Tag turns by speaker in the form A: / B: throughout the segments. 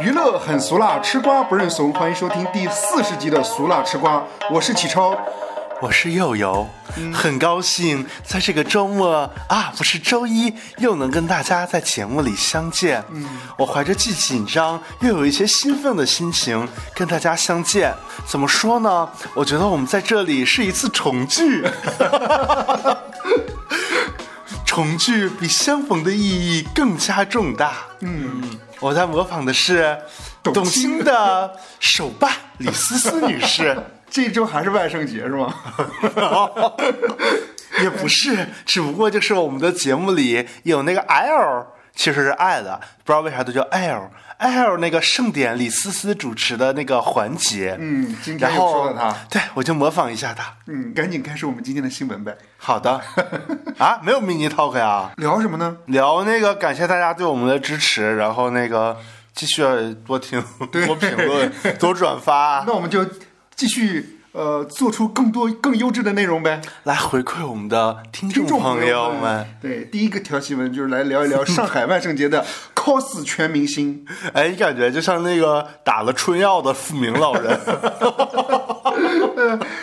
A: 娱乐很俗辣，吃瓜不认怂。欢迎收听第四十集的《俗辣吃瓜》，我是启超。
B: 我是佑佑，
A: 嗯
B: 很高兴在这个周末啊，不是周一，又能跟大家在节目里相见。
A: 嗯
B: 我怀着既紧张又有一些兴奋的心情跟大家相见。怎么说呢？我觉得我们在这里是一次重聚， 重聚比相逢的意义更加重大。嗯，我在模仿的是
A: 董
B: 董
A: 卿
B: 卿的手办李思思女士。
A: 这周还是万圣节是吗？
B: 也不是，只不过就是我们的节目里有那个 L，其实是爱的，不知道为啥都叫 L。L 那个盛典李思思主持的那个环节，
A: 嗯今天
B: 然
A: 又说
B: 后
A: 了她
B: 对我就模仿一下她。
A: 嗯，赶紧开始我们今天的新闻呗。
B: 好的， 啊，没有 mini talk 呀，
A: 聊什么呢？
B: 聊那个感谢大家对我们的支持，然后那个继续啊多听、多评论、多转发，啊
A: 那我们就继续呃，做出更多更优质的内容呗。
B: 来回馈我们的听
A: 听众
B: 众朋友们
A: 们。，对，第一个条新闻就是来聊一聊上海万圣节的 cos 全明星。
B: 哎，你感觉就像那个打了春药的复明老人。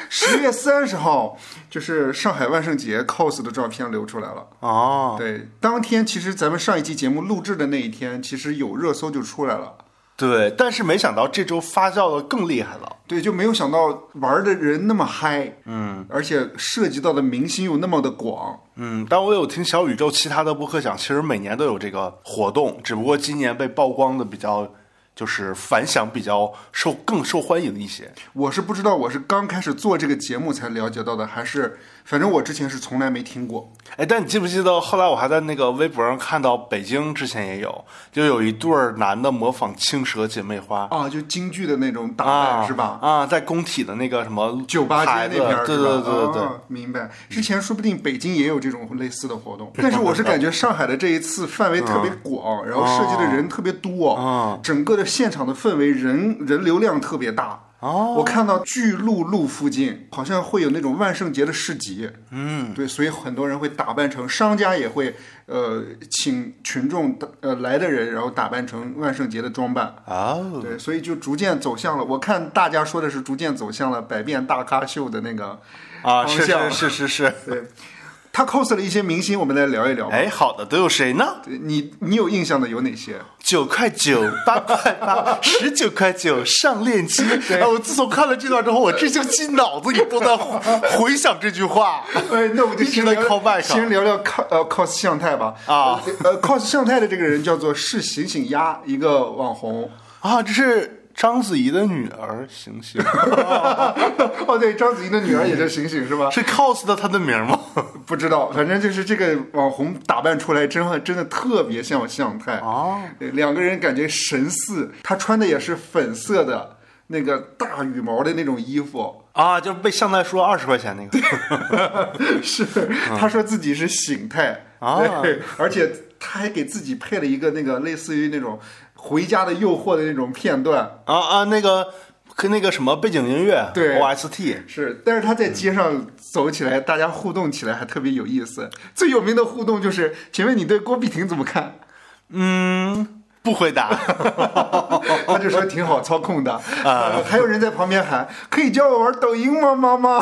A: 十月三十号，就是上海万圣节 cos 的照片流出来了。
B: 哦，
A: 对，当天其实咱们上一期节目录制的那一天，其实有热搜就出来了。
B: 对，但是没想到这周发酵的更厉害了。
A: 对，就没有想到玩的人那么嗨，嗯，而且涉及到的明星又那么的广，
B: 嗯，但我有听小宇宙其他的播客讲，其实每年都有这个活动，只不过今年被曝光的比较，就是反响比较受更受欢迎一些。
A: 我是不知道我是刚开始做这个节目才了解到的，还是反正我之前是从来没听过。
B: 哎，但你记不记得后来我还在那个微博上看到北京之前也有，就有一对儿男的模仿青蛇姐妹花。
A: 啊，就京剧的那种打扮、
B: 啊，
A: 是吧？？
B: 啊，在工体的那个什么
A: 酒吧街
B: 牌
A: 那
B: 子
A: 边儿
B: 对
A: 是吧
B: 对对对对，
A: 啊明白。之前说不定北京也有这种类似的活动，但是我是感觉上海的这一次范围特别广，
B: 嗯
A: 然后涉及的人特别多，
B: 哦
A: 整个的现场的氛围人人流量特别大。哦，我看到巨鹿路附近好像会有那种万圣节的市集，嗯，对，所以很多人会打扮成商家也会呃请群众呃来的人，然后打扮成万圣节的装扮，
B: 哦，
A: 对，所以就逐渐走向了。我看大家说的是逐渐走向了百变大咖秀的那个，
B: 啊，
A: 方
B: 是
A: 向
B: 是是是是，
A: 对，他 cos 了一些明星，我们来聊一聊吧。
B: 哎，好的，都有谁呢？
A: 对你你有印象的有哪些？
B: 九块九、八块 八、十九块九，上链接。啊，我自从看了这段之后，我这星期脑子里都在回想这句话。
A: 哎，那我们就
B: 一直
A: 先
B: 在
A: 聊
B: callback 啊
A: 先聊聊 cos 呃 cos 向太吧。
B: 啊
A: 呃，呃 cos 向太的这个人叫做是醒醒鸭，一个网红。
B: 啊，这是章子怡的女儿，醒 醒，
A: 哦，对，章子怡的女儿也叫醒醒是吧？
B: 是 cos 的她的名吗？
A: 不知道，反正就是这个网红打扮出来真的真的特别像向太
B: 哦
A: 对两个人感觉神似，他穿的也是粉色的那个大羽毛的那种衣服，
B: 啊，就是被向太说二十块钱那个。
A: 是他说自己是醒太
B: 啊
A: 对，而且他还给自己配了一个那个类似于那种回家的诱惑的那种片段，
B: 啊啊，那个跟那个什么背景音乐，
A: 对
B: ，OST。
A: 是，但是他在街上走起来，大家互动起来还特别有意思。最有名的互动就是，请问你对郭碧婷怎么看？
B: 嗯，不回答。
A: 他就说挺好操控的啊，还有人在旁边喊：“可以教我玩抖音吗，妈妈？”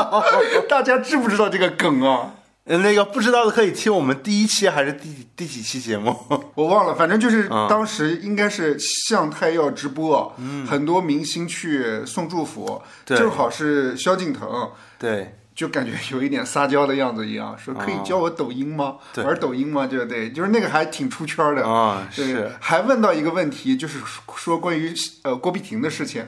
A: 大家知不知道这个梗啊？
B: 呃那个不知道的可以听我们第一期还是第第几期节目？
A: 我忘了，反正就是当时应该是向太要直播，很多明星去送祝福，
B: 对
A: 正好是萧敬腾，
B: 对，
A: 就感觉有一点撒娇的样子一样，说可以教我抖音吗？
B: 啊对
A: 玩抖音吗？对对，就是那个还挺出圈的
B: 啊
A: 对
B: 是
A: 还问到一个问题，就是说关于呃郭碧婷的事情。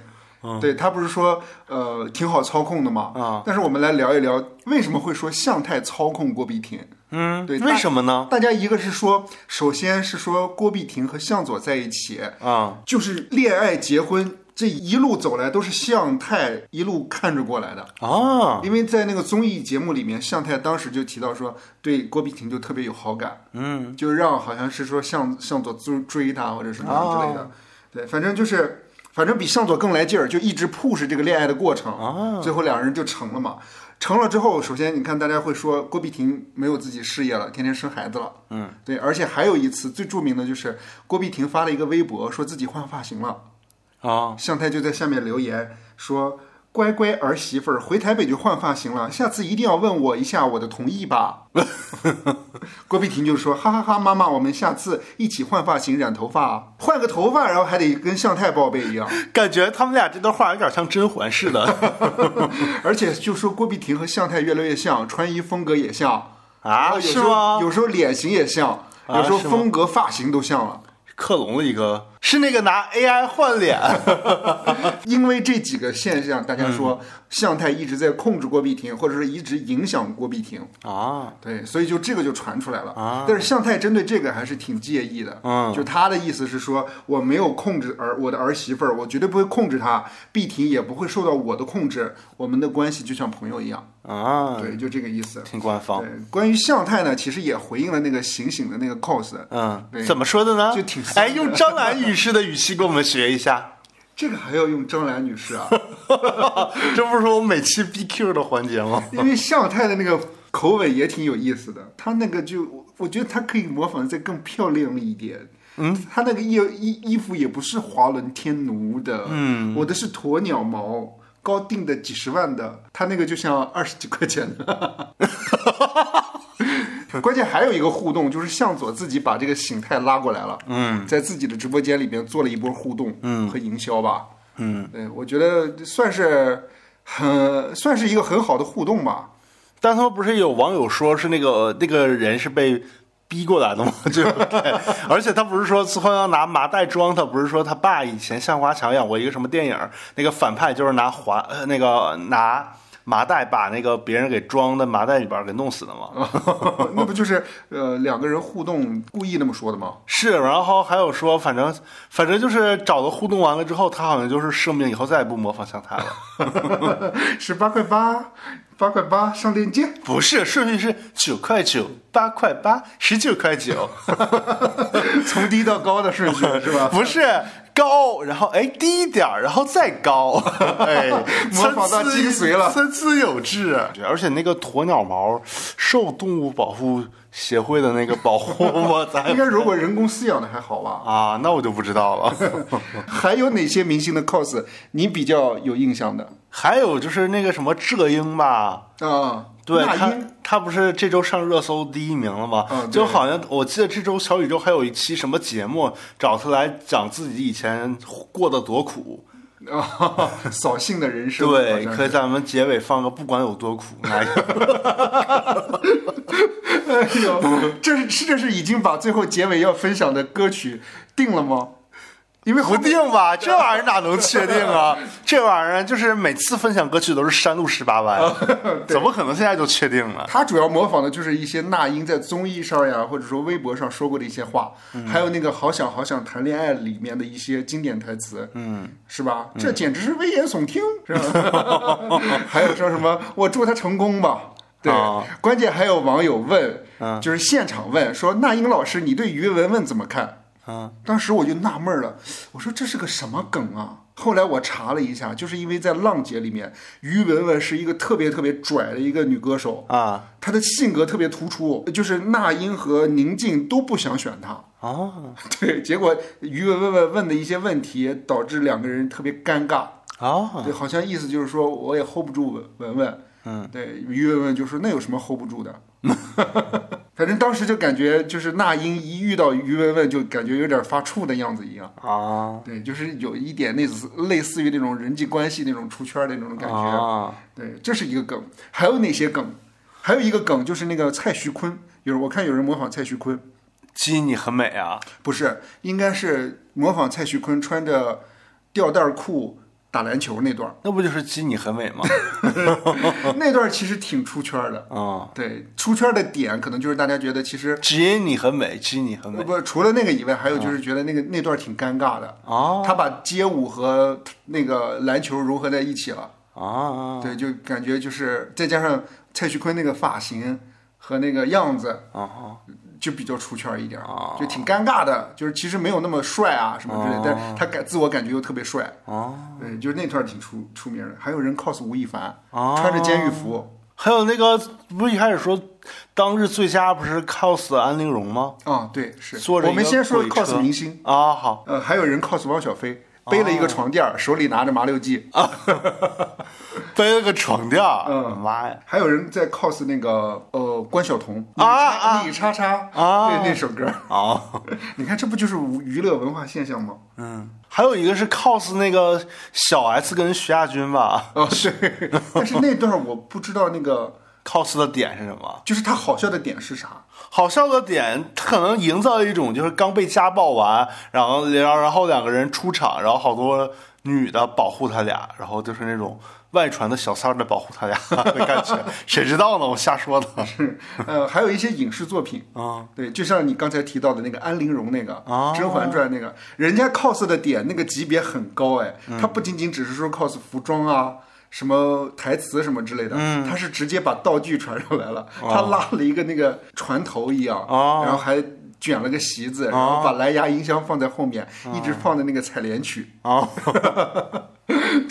A: 对他不是说呃挺好操控的吗？
B: 嗯啊，
A: 但是我们来聊一聊为什么会说向太操控郭碧婷？
B: 嗯，
A: 对
B: 为什么呢？
A: 大家一个是说，首先是说郭碧婷和向佐在一起，
B: 啊、
A: 就是恋爱结婚这一路走来都是向太一路看着过来的。
B: 啊，
A: 因为在那个综艺节目里面，向太当时就提到说对郭碧婷就特别有好感，嗯，就让好像是说向向佐追追她或者什么之类的，对，反正就是哦反正比向佐更来劲儿，就一直 push 这个恋爱的过程，最后两人就成了嘛。成了之后，首先你看大家会说郭碧婷没有自己事业了，天天生孩子了，嗯，对，而且还有一次最著名的就是郭碧婷发了一个微博，说自己换发型了，
B: 啊，
A: 向太就在下面留言说。乖乖儿媳妇儿回台北就换发型了，下次一定要问我一下我的同意吧。 郭碧婷就说：“哈哈哈妈妈，我们下次一起换发型、染头发啊，换个头发，然后还得跟向太报备一样。
B: 感觉他们俩这段话有点像甄嬛似 的啊
A: 而且就说郭碧婷和向太越来越像，穿衣风格也像，
B: 啊？
A: 有
B: 是
A: 时候
B: 吗？啊
A: 有时候脸型也像，有时候
B: 是吗
A: 风格、发型都像了。
B: 克隆了一个，是那个拿 AI 换脸，
A: 因为这几个现象，大家说
B: 嗯
A: 向太一直在控制郭碧婷，或者是一直影响郭碧婷。
B: 啊，
A: 对，所以就这个就传出来了
B: 啊
A: 但是向太针对这个还是挺介意的，
B: 嗯
A: 就他的意思是说，我没有控制儿我的儿媳妇儿，我绝对不会控制她，碧婷也不会受到我的控制，我们的关系就像朋友一样。
B: 啊，
A: 对，就这个意思。
B: 挺官方
A: 对，，关于向太呢，其实也回应了那个醒醒的那个 cos，
B: 嗯
A: 对，
B: 怎么说的呢？
A: 就挺丧的
B: 哎，用张兰女士的语气跟我们学一下，
A: 这个还要用张兰女士啊，
B: 这不是我每期 BQ 的环节吗？
A: 因为向太的那个口吻也挺有意思的，他那个就我我觉得他可以模仿得再更漂亮一点。嗯，他那个衣衣衣服也不是华伦天奴的，嗯，我的是鸵鸟毛，高定的几十万的，他那个就像二十几块钱的。 关键还有一个互动，就是向佐自己把这个形态拉过来了，嗯，在自己的直播间里面做了一波互动，嗯，和营销吧，嗯，对，我觉得算是很算是一个很好的互动吧，
B: 但他们不是有网友说是那个呃那个人是被逼过来的吗？ 就对，而且他不是说后来要拿麻袋装他，不是说他爸以前像华强演过一个什么电影，那个反派就是拿华呃那个拿麻袋把那个别人给装在麻袋里边给弄死的吗？
A: 那不就是呃两个人互动故意那么说的吗？
B: 是，然后还有说，反正反正就是找了互动完了之后，他好像就是声明以后再也不模仿向太了。
A: 十八块八，八块八上链接。
B: 不是，顺序是九块九、八块八、十九块九，
A: 从低到高的顺序是吧？
B: 不是高，然后哎低一点儿，然后再高， 哎，
A: 模仿到精髓了
B: 参差有致。而且那个鸵鸟毛受动物保护协会的那个保护 吗？咱
A: 应该如果人工饲养的还好吧？
B: 啊，那我就不知道 了。
A: 还有哪些明星的 cos 你比较有印象的
B: 还有就是那个什么浙英吧，
A: 啊？
B: 对
A: 那
B: 他
A: 英，
B: 他不是这周上热搜第一名了吗？
A: 嗯对
B: 就好像我记得这周小宇宙还有一期什么节目找他来讲自己以前过得多苦。
A: 啊， 扫兴的人生，
B: 对，
A: 好像
B: 可以
A: 是
B: 咱们结尾放个不管有多苦，来
A: 哎 呦，这是是这是已经把最后结尾要分享的歌曲定了吗？因为
B: 不
A: 后面
B: 定 吧？这玩意儿哪能确定啊？这玩意儿就是每次分享歌曲都是山路十八
A: 哦
B: 弯，怎么可能现在就确定了？
A: 他主要模仿的就是一些那英在综艺上呀，或者说微博上说过的一些话，还有那个《好想好想谈恋爱》里面的一些经典台词，嗯，是吧？这简直是危言耸听，是吧？还有说什么“我祝他成功吧”，对，
B: 啊
A: 关键还有网友问，就是现场问说：“那英老师，你对于文文怎么看？”
B: 嗯，
A: 当时我就纳闷了，我说这是个什么梗啊？后来我查了一下，就是因为在《浪姐》里面，于文文是一个特别特别拽的一个女歌手，
B: 啊
A: 她的性格特别突出，就是那英和宁静都不想选她。
B: 啊
A: 对，结果于文文问问的一些问题，导致两个人特别尴尬。
B: 啊！
A: 对，好像意思就是说我也 hold 不住文文文。嗯，对，于文文就说那有什么 hold 不住的？ 反正当时就感觉就是那英一遇到于文文就感觉有点发怵的样子一样。
B: 啊
A: 对，就是有一点类似类似于那种人际关系那种出圈的那种感觉。
B: 啊！
A: 对，这是一个梗。还有哪些梗？还有一个梗就是那个蔡徐坤，有我看有人模仿蔡徐坤，
B: 鸡你很美啊！
A: 不是，应该是模仿蔡徐坤穿着吊带裤打篮球那段儿，
B: 那不就是鸡你很美 吗？
A: 那段儿其实挺出圈的。
B: 啊，
A: 对，出圈的点可能就是大家觉得其实
B: 鸡你很美，鸡你很美
A: 不除了那个以外，还有就是觉得那个那段儿挺尴尬的。
B: 啊
A: 他把街舞和那个篮球融合在一起了。
B: 啊！
A: 对，就感觉就是再加上蔡徐坤那个发型和那个样子，
B: 啊
A: 哦就比较出圈一点儿，啊
B: 哦
A: 就挺尴尬的。就是其实没有那么帅啊什么之类的，但是他感自我感觉又特别帅。
B: 啊
A: 对，就是那段儿挺出出名的。还有人 cos 吴亦凡，
B: 啊！
A: 穿着监狱服，
B: 还有那个不是一开始说当日最佳不是 cos 安陵容吗？
A: 啊，对，是。
B: 坐着一
A: 我
B: 个
A: 们先说
B: 鬼车哦
A: cos 明星，
B: 啊，好，
A: 呃，还有人 cos 汪小菲，背了一个床垫儿，手里拿着麻六记，
B: 啊背了个床垫儿，
A: 嗯
B: 妈呀！
A: 还有人在 cos 那个呃关晓彤
B: 啊啊
A: 你叉叉
B: 啊
A: 对那首歌，
B: 哦，
A: 你看这不就是娱乐文化现象吗？
B: 嗯，还有一个是 cos 那个小 S 跟徐亚军吧
A: 啊， 对，但是那段我不知道那个
B: ，cos 的点是什么？
A: 就是他好笑的点是啥。
B: 好笑的点，他可能营造一种就是刚被家暴完，然后然后然后两个人出场，然后好多女的保护他俩，然后就是那种外传的小三儿的保护他俩 的感觉，谁知道呢？我瞎说的。
A: 呃，还有一些影视作品
B: 啊，
A: 对，就像你刚才提到的那个安陵容那个
B: 哦
A: 《甄嬛传》那个，人家 cos 的点那个级别很高哎，
B: 嗯
A: 他不仅仅只是说 cos 服装啊。什么台词什么之类的，
B: 嗯
A: 他是直接把道具传上来了，他拉了一个那个船头一样，
B: 哦
A: 然后还卷了个席子，然后把蓝牙音箱放在后面，一直放的那个采莲曲，
B: 哦，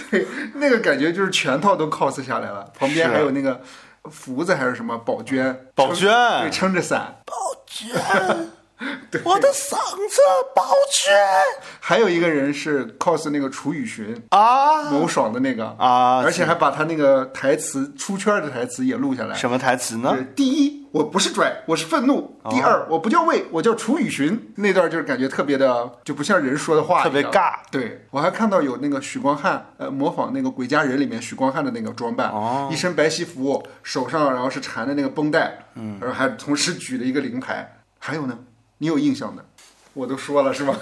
A: 对，那个感觉就是全套都 cos 下来了，旁边
B: 是
A: 还有那个福子还是什么宝娟，
B: 宝娟
A: 对，撑着伞，
B: 我的嗓子宝娟
A: 还有一个人是 cos 那个楚雨荨，
B: 啊
A: 某爽的那个，
B: 啊
A: 而！且还把他那个台词出圈的台词也录下来。
B: 什么台词呢
A: 对？第一，我不是拽，我是愤怒；
B: 哦
A: 第二，我不叫魏，我叫楚雨荨。那段就是感觉特别的，就不像人说的话一样，
B: 特别尬
A: 对我还看到有那个许光汉，呃，模仿那个《鬼家人》里面许光汉的那个装扮，
B: 哦
A: 一身白西服，手上然后是缠着那个绷带，嗯，然后还同时举了一个灵牌。还有呢，你有印象的，我都说了是吧？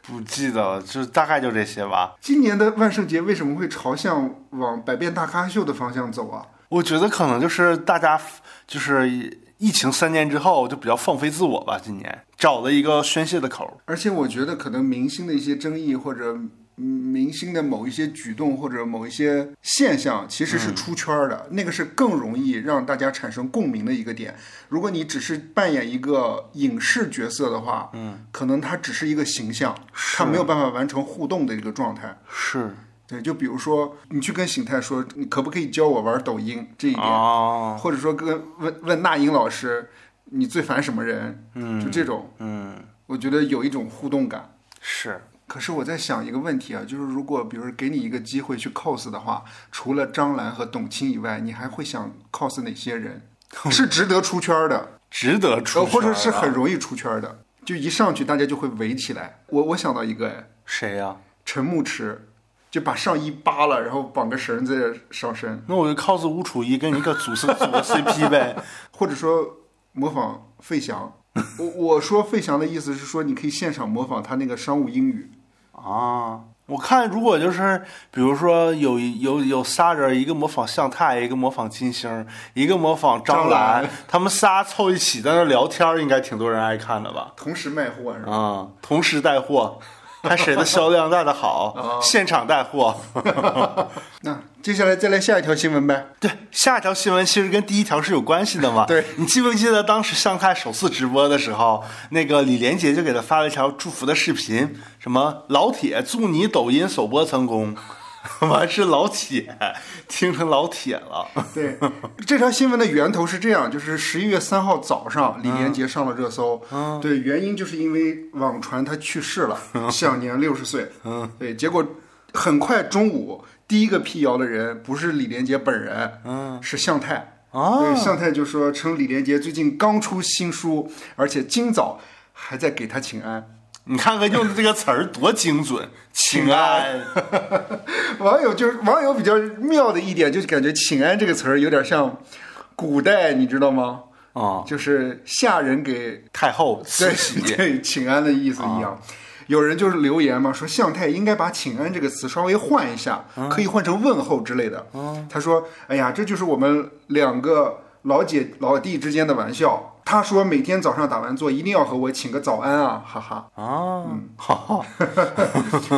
B: 不记得了，就大概就这些吧。
A: 今年的万圣节为什么会朝向往百变大咖秀的方向走啊？
B: 我觉得可能就是大家就是疫情三年之后就比较放飞自我吧，今年找了一个宣泄的口儿。
A: 而且我觉得可能明星的一些争议或者嗯明星的某一些举动或者某一些现象，其实是出圈儿的，那个是更容易让大家产生共鸣的一个点。如果你只是扮演一个影视角色的话，嗯，可能它只是一个形象，它没有办法完成互动的一个状态。
B: 是
A: 对，就比如说你去跟醒泰说，你可不可以教我玩抖音这一点，
B: 哦，
A: 或者说跟问问那英老师，你最烦什么人？嗯，就这种，
B: 嗯，
A: 我觉得有一种互动感。
B: 是
A: 可是我在想一个问题啊，就是如果比如说给你一个机会去 cos 的话，除了张兰和董卿以外，你还会想 cos 哪些 人？是值得出圈的，
B: 值得 出
A: 呃，
B: 圈
A: 或者是
B: 啊
A: 很容易出圈的，就一上去大家就会围起来。我我想到一个哎，
B: 谁呀、
A: 陈牧驰就把上衣扒了，然后绑个绳子上身，
B: 那我就 cos 吴楚一跟你个组是组个 CP 呗。
A: 或者说模仿费翔。我我说费翔的意思是说，你可以现场模仿他那个商务英语。
B: 啊，我看如果就是比如说有一有有仨人，一个模仿向太，一个模仿金星，一个模仿
A: 张
B: 张
A: 兰
B: 他们仨凑一起在那聊天儿，应该挺多人爱看的吧？
A: 同时卖货是吧？
B: 啊，同时带货， 看谁的销量带的好，现场带货。
A: 那接下来再来下一条新闻呗。
B: 对，下一条新闻其实跟第一条是有关系的嘛。
A: 对，
B: 你记不记得当时向太首次直播的时候，那个李连杰就给他发了一条祝福的视频，什么老铁祝你抖音首播成功， 完是老铁，听成老铁了。
A: 对，这条新闻的源头是这样，就是十一月三号早上，李连杰上了热搜。对，原因就是因为网传他去世了，享年六十岁。对，结果很快中午，第一个辟谣的人不是李连杰本人，是向太。
B: 啊
A: 对，向太就说称李连杰最近刚出新书，而且今早还在给他请安。
B: 你看看用的这个词儿多精准，请安。
A: 网友就是网友比较妙的一点，就是感觉“请安”这个词儿有点像古代，你知道吗？
B: 啊、
A: 就是下人 给
B: 太后
A: 对
B: 慈禧
A: 对 请安的意思一
B: 啊
A: 样。有人就是留言嘛，说向太应该把“请安”这个词稍微换一下，
B: 嗯
A: 可以换成问候之类的。他说：“哎呀，这就是我们两个老姐老弟之间的玩笑。”他说：“每天早上打完坐，一定要和我请个早安啊，哈哈。”
B: 啊，好好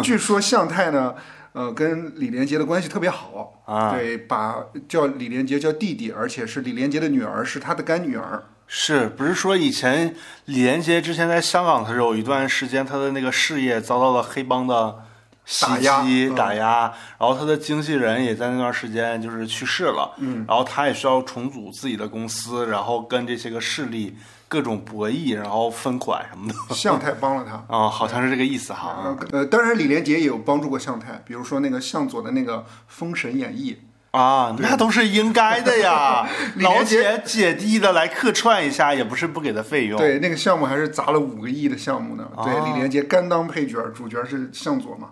A: 据说向太呢，呃，跟李连杰的关系特别好
B: 啊
A: 对，把叫李连杰叫弟弟，而且是李连杰的女儿，是他的干女儿。
B: 是不是说以前李连杰之前在香港的时候有一段时间，他的那个事业遭到了黑帮的袭
A: 打压
B: 击
A: 嗯
B: 打压，然后他的经纪人也在那段时间就是去世了，嗯，然后他也需要重组自己的公司，然后跟这些个势力各种博弈，然后分款什么的，
A: 向太帮了他。
B: 啊、好像是这个意思哈，
A: 呃，当然李连杰也有帮助过向太，比如说那个向佐的那个《封神演义，
B: 啊，那都是应该的呀
A: 李
B: 老
A: 连杰
B: 铁姐弟的来客串一下，也不是不给他费》，用，
A: 对，那个项目还是砸了五个亿的项目呢。对，李连杰甘当配角，主角是向佐嘛。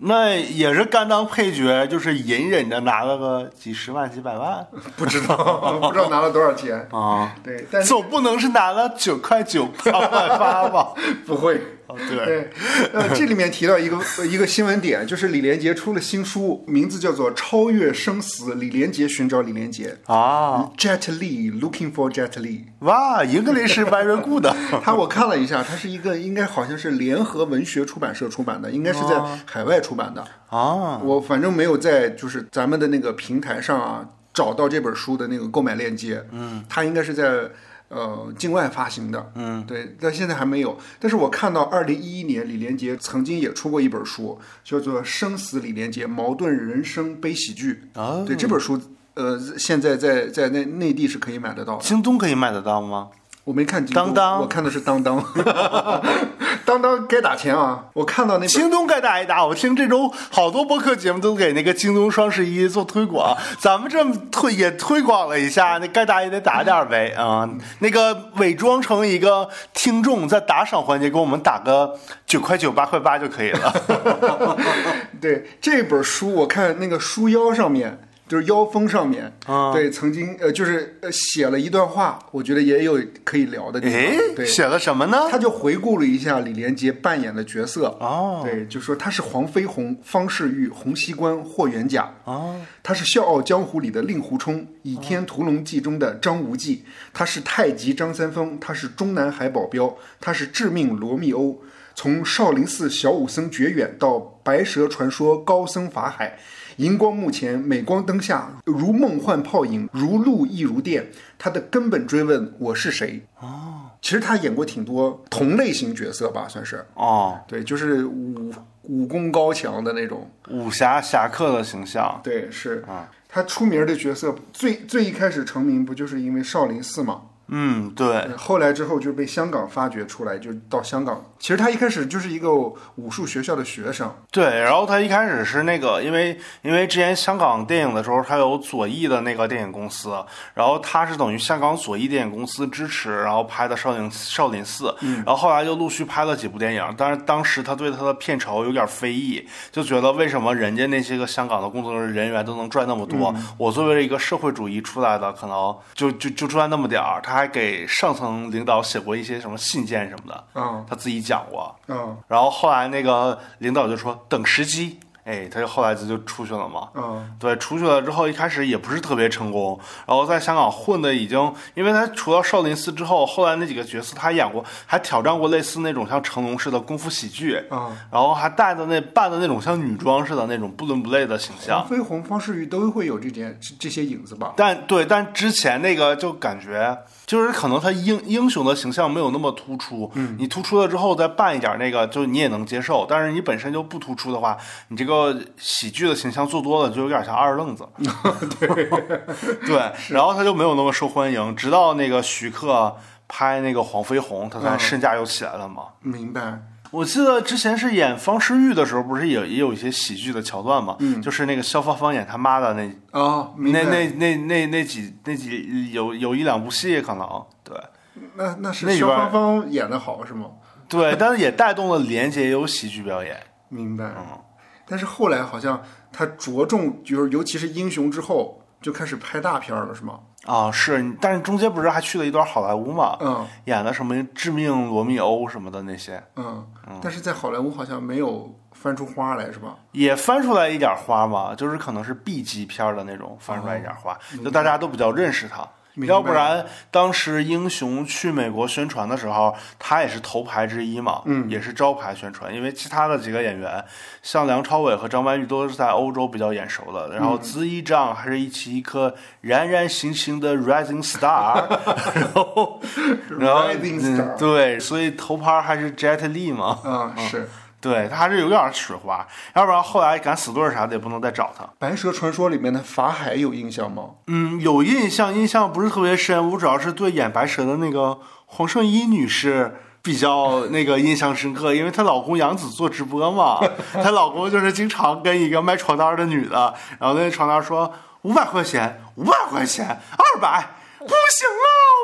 B: 那也是甘当配角，就是隐忍着拿了个几十万、几百万
A: 不知道，呃不知道拿了多少钱。
B: 啊，
A: 对，但是
B: 总不能是拿了九块九八块八吧？
A: 不会。
B: 对，
A: 对，呃，这里面提到一个呃一个新闻点，就是李连杰出了新书，名字叫做《超越生死：李连杰寻找李连杰》
B: 啊，
A: ，Jet Li Looking for Jet Li。
B: 哇，英格雷是 very good
A: 它我看了一下，它是一个应该好像是联合文学出版社出版的，应该是在海外出版的。
B: 啊，
A: 我反正没有在就是咱们的那个平台上啊找到这本书的那个购买链接。嗯，它应该是在呃境外发行的。嗯，对，但现在还没有。但是我看到二零一一年李连杰曾经也出过一本书，叫做《生死李连杰：矛盾人生悲喜剧》。
B: 哦
A: 对，这本书呃现在在在内内地是可以买得到的。
B: 京东可以买得到吗？
A: 我没看京东
B: 当当
A: 我看的是当当，当当该打钱啊！我看到那本
B: 京东该打一打，我听这周好多播客节目都给那个京东双十一做推广，咱们这么推也推广了一下，那该打也得打点儿呗啊、那个伪装成一个听众，在打赏环节给我们打个九块九、八块八就可以了。
A: 对这本书，我看那个书腰上面。就是腰封上面，
B: 啊
A: 对，曾经呃，就是呃写了一段话，我觉得也有可以聊的地方。
B: 诶，
A: 对，
B: 写了什么呢？
A: 他就回顾了一下李连杰扮演的角色，
B: 哦，
A: 对，就说他是黄飞鸿、方世玉、洪熙官、霍元甲，
B: 哦，
A: 他是《笑傲江湖》里的令狐冲，《倚天屠龙记》中的张无忌，他是太极张三丰，他是中南海保镖，他是致命罗密欧。从少林寺小武僧觉远到白蛇传说高僧法海，荧光幕前、镁光灯下，如梦幻泡影，如露亦如电。他的根本追问：我是谁？哦，其实他演过挺多同类型角色吧，算是
B: 哦，
A: 对，就是武武功高强的那种。
B: 武侠侠客的形象
A: 对，是
B: 啊。
A: 他出名的角色最最一开始成名不就是因为少林寺嘛？
B: 嗯，对，
A: 后来之后就被香港发掘出来，就到香港。其实他一开始就是一个武术学校的学生，
B: 对，然后他一开始是那个，因为因为之前香港电影的时候，他有左翼的那个电影公司，然后他是等于香港左翼电影公司支持，然后拍的少林少林寺，然后后来就陆续拍了几部电影，但是当时他对他的片酬有点非议，就觉得为什么人家那些个香港的工作人员都能赚那么多，我作为一个社会主义出来的，可能就就就赚那么点儿，他还给上层领导写过一些什么信件什么的，
A: 啊
B: 他自己讲过。
A: 啊
B: 然后后来那个领导就说等时机，哎，他就后来他就出去了嘛。
A: 啊
B: 对，出去了之后，一开始也不是特别成功，然后在香港混的已经，因为他除了少林寺之后，后来那几个角色他演过，还挑战过类似那种像成龙似的功夫喜剧，
A: 啊！
B: 然后还带的那扮的那种像女装似的那种不伦不类的形象
A: 黄。飞鸿、方世玉都会有这件这这些影子吧？
B: 但对，但之前那个就感觉就是可能他英英雄的形象没有那么突出，嗯，你突出了之后再办一点那个，就你也能接受。但是你本身就不突出的话，你这个喜剧的形象做多了就有点像二愣子， 对对。 然后他就没有那么受欢迎，直到那个徐克拍那个《黄飞鸿》，他才身价又起来了嘛。
A: 明白
B: 我记得之前是演方世玉的时候，不是也也有一些喜剧的桥段嘛？嗯，就是那个肖芳芳演他妈的那
A: 啊，明
B: 那
A: 白。
B: 那那那那几那几有有一两部戏可能对
A: 那那是
B: 那里
A: 肖
B: 边
A: 芳芳演的好是吗？
B: 对，但是也带动了连杰有喜剧表演。
A: 明白。
B: 哦
A: 但是后来好像他着重就是尤其是英雄之后就开始拍大片了是吗？
B: 啊，是，但是中间不是还去了一段好莱坞嘛，
A: 嗯，
B: 演的什么《致命罗密欧》什么的那些，
A: 嗯，但是在好莱坞好像没有翻出花来，是吧？
B: 也翻出来一点花嘛，就是可能是 B 级片儿的那种，翻出来一点花，就大家都比较认识他。
A: 哦明白
B: 要不然，当时英雄去美国宣传的时候，他也是头牌之一嘛，嗯，也是招牌宣传。因为其他的几个演员，像梁朝伟和张曼玉都是在欧洲比较眼熟
A: 嗯
B: 的。然后恣意丈还是一起一颗冉冉行行的 rising star，然 后然后嗯
A: Rising star
B: 嗯对，所以头牌还是 Jet Li 嘛，
A: 啊、是
B: 对他还是有点使滑，要不然后来赶死对儿啥的也不能再找他。
A: 《白蛇传说》里面的法海有印象吗？
B: 嗯，有印象，印象不是特别深。我主要是对演白蛇的那个黄圣依女士比较那个印象深刻，因为她老公杨紫做直 播嘛，她老公就是经常跟一个卖床单的女的，然后那床单说五百块钱，五百块钱，二百。不行啊！我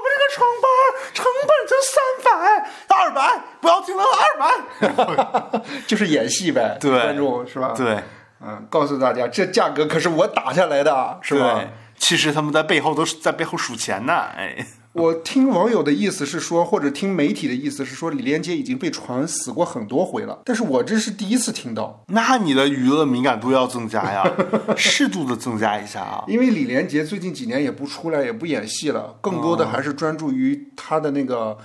B: 们这个床单成本就三百、二百，不要听到二
A: 百，就是演戏呗。
B: 对，
A: 观众 是吧？
B: 对，
A: 嗯，告诉大家，这价格可是我打下来的，啊是吧？
B: 其实他们在背后都在背后数钱呢。哎，
A: 我听网友的意思是说，或者听媒体的意思是说，李连杰已经被传死过很多回了，但是我这是第一次听到。
B: 那你的娱乐敏感度要增加呀， 适度的增加一下啊。
A: 因为李连杰最近几年也不出来，也不演戏了，更多的还是专注于他的那个、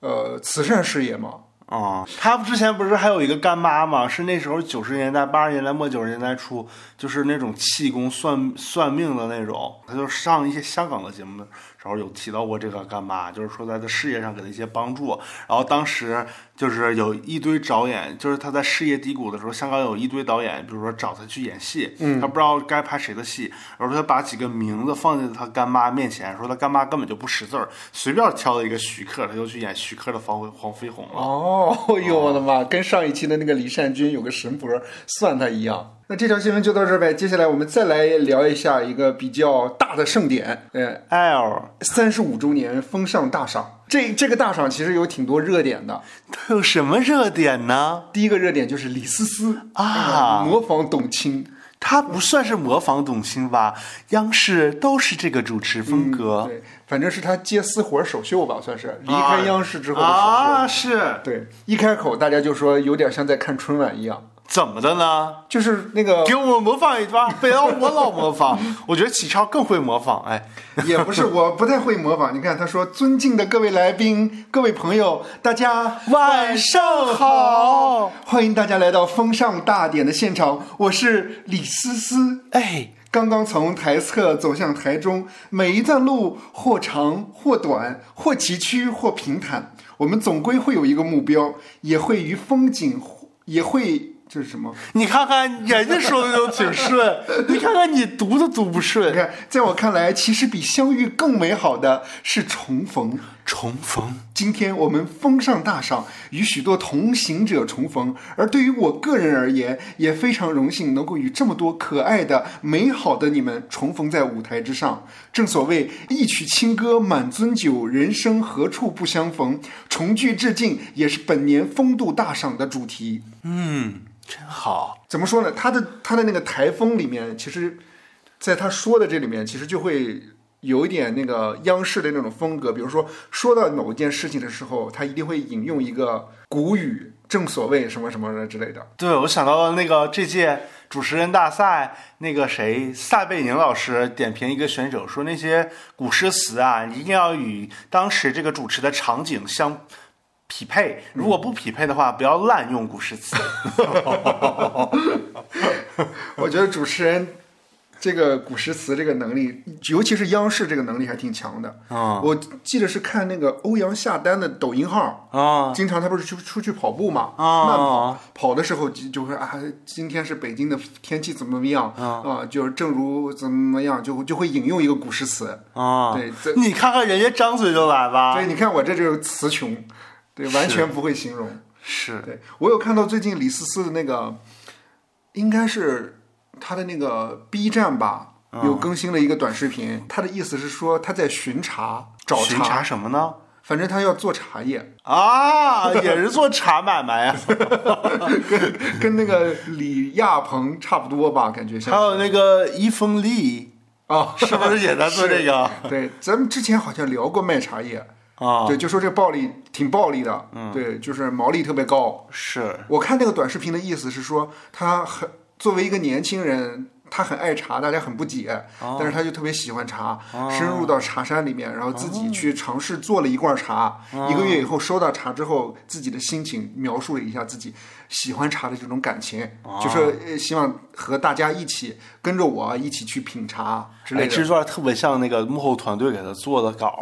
A: 呃慈善事业嘛。
B: 啊、嗯，他之前不是还有一个干妈吗？是那时候九十年代、八十年代末、九十年代初，就是那种气功算算命的那种。他就上一些香港的节目的时候有提到过这个干妈，就是说在他事业上给他一些帮助。然后当时就是有一堆导演，就是他在事业低谷的时候，香港有一堆导演，比如说找他去演戏，
A: 嗯、
B: 他不知道该拍谁的戏，然后他把几个名字放在他干妈面前，说他干妈根本就不识字儿，随便挑了一个徐克，他就去演徐克的黄黄飞鸿了。
A: 哦。哦呦我的妈！跟上一期的那个李善均有个神婆算他一样。那这条新闻就到这儿呗。接下来我们再来聊一下一个比较大的盛典，嗯
B: ，L
A: 三十五周年风尚大赏。这这个大赏其实有挺多热点的。
B: 它有什么热点呢？
A: 第一个热点就是李思思
B: 啊、
A: 嗯，模仿董卿。
B: 他不算是模仿董卿吧？央视都是这个主持风格，
A: 嗯、对，反正是他接私活首秀吧，算是离开央视之后的首秀。
B: 啊，是
A: 对，一开口大家就说有点像在看春晚一样。
B: 怎么的呢？
A: 就是那 个
B: 给我们模仿一段， 不要我老模仿。我觉得启超更会模仿，哎，
A: 也不是，我不太会模仿。你看他说：“尊敬的各位来宾、各位朋友，大家
B: 晚上好，
A: 欢迎大家来到风尚大典的现场，我是李思思。”
B: 哎。
A: 刚刚从台侧走向台中，每一段路或长或短，或崎岖或平坦，我们总归会有一个目标，也会与风景，也会这是什么？
B: 你看看人家说的都挺顺， 你看看你读都读不顺。
A: 你看，在我看来，其实比相遇更美好的是重逢。
B: 重逢。
A: 今天我们风尚大赏与许多同行者重逢，而对于我个人而言，也非常荣幸能够与这么多可爱的、美好的你们重逢在舞台之上。正所谓一曲清歌满樽酒，人生何处不相逢。重聚致敬也是本年风度大赏的主题。
B: 嗯，真好。
A: 怎么说呢？他的他的那个台风里面，其实，在他说的这里面，其实就会。有一点那个央视的那种风格，比如说说到某一件事情的时候，他一定会引用一个古语，正所谓什么什么之类的。
B: 对，我想到了那个这届主持人大赛，那个谁撒贝宁老师点评一个选手说，那些古诗词啊，一定要与当时这个主持的场景相。匹配，如果不匹配的话，不要滥用古诗词。
A: 我觉得主持人。这个古诗词这个能力，尤其是央视这个能力还挺强的
B: 啊！
A: 我记得是看那个欧阳夏丹的抖音号
B: 啊，
A: 经常他不是去出去跑步嘛
B: 啊，
A: 慢跑跑的时候就就会啊，今天是北京的天气怎么怎么样啊，就是正如怎么怎么样，就就会引用一个古诗词
B: 啊。
A: 对，
B: 你看看人家张嘴就来吧。
A: 对，你看我这就是词穷，对，完全不会形容。
B: 是，
A: 对我有看到最近李思思的那个，应该是。他的那个 B 站吧，
B: 嗯
A: 有更新了一个短视频。嗯、他的意思是说他在巡查，找
B: 巡查什么呢？
A: 反正他要做茶叶
B: 啊，也是做茶买卖呀、
A: 啊，跟跟那个李亚鹏差不多吧，感觉像。
B: 还有那个伊风利
A: 啊，
B: 是不是也在做这个
A: 对，咱们之前好像聊过卖茶叶。
B: 啊，
A: 对，就说这个暴力挺暴力的，
B: 嗯，
A: 对，就是毛利特别高。
B: 是
A: 我看那个短视频的意思是说他很。作为一个年轻人，他很爱茶，大家很不解，
B: 哦、
A: 但是他就特别喜欢茶，
B: 哦、
A: 深入到茶山里面，然后自己去尝试做了一罐茶。
B: 哦、
A: 一个月以后收到茶之后，自己的心情描述了一下自己喜欢茶的这种感情，
B: 哦
A: 就是希望和大家一起跟着我一起去品茶之类的。
B: 哎这段特别像那个幕后团队给他做的稿。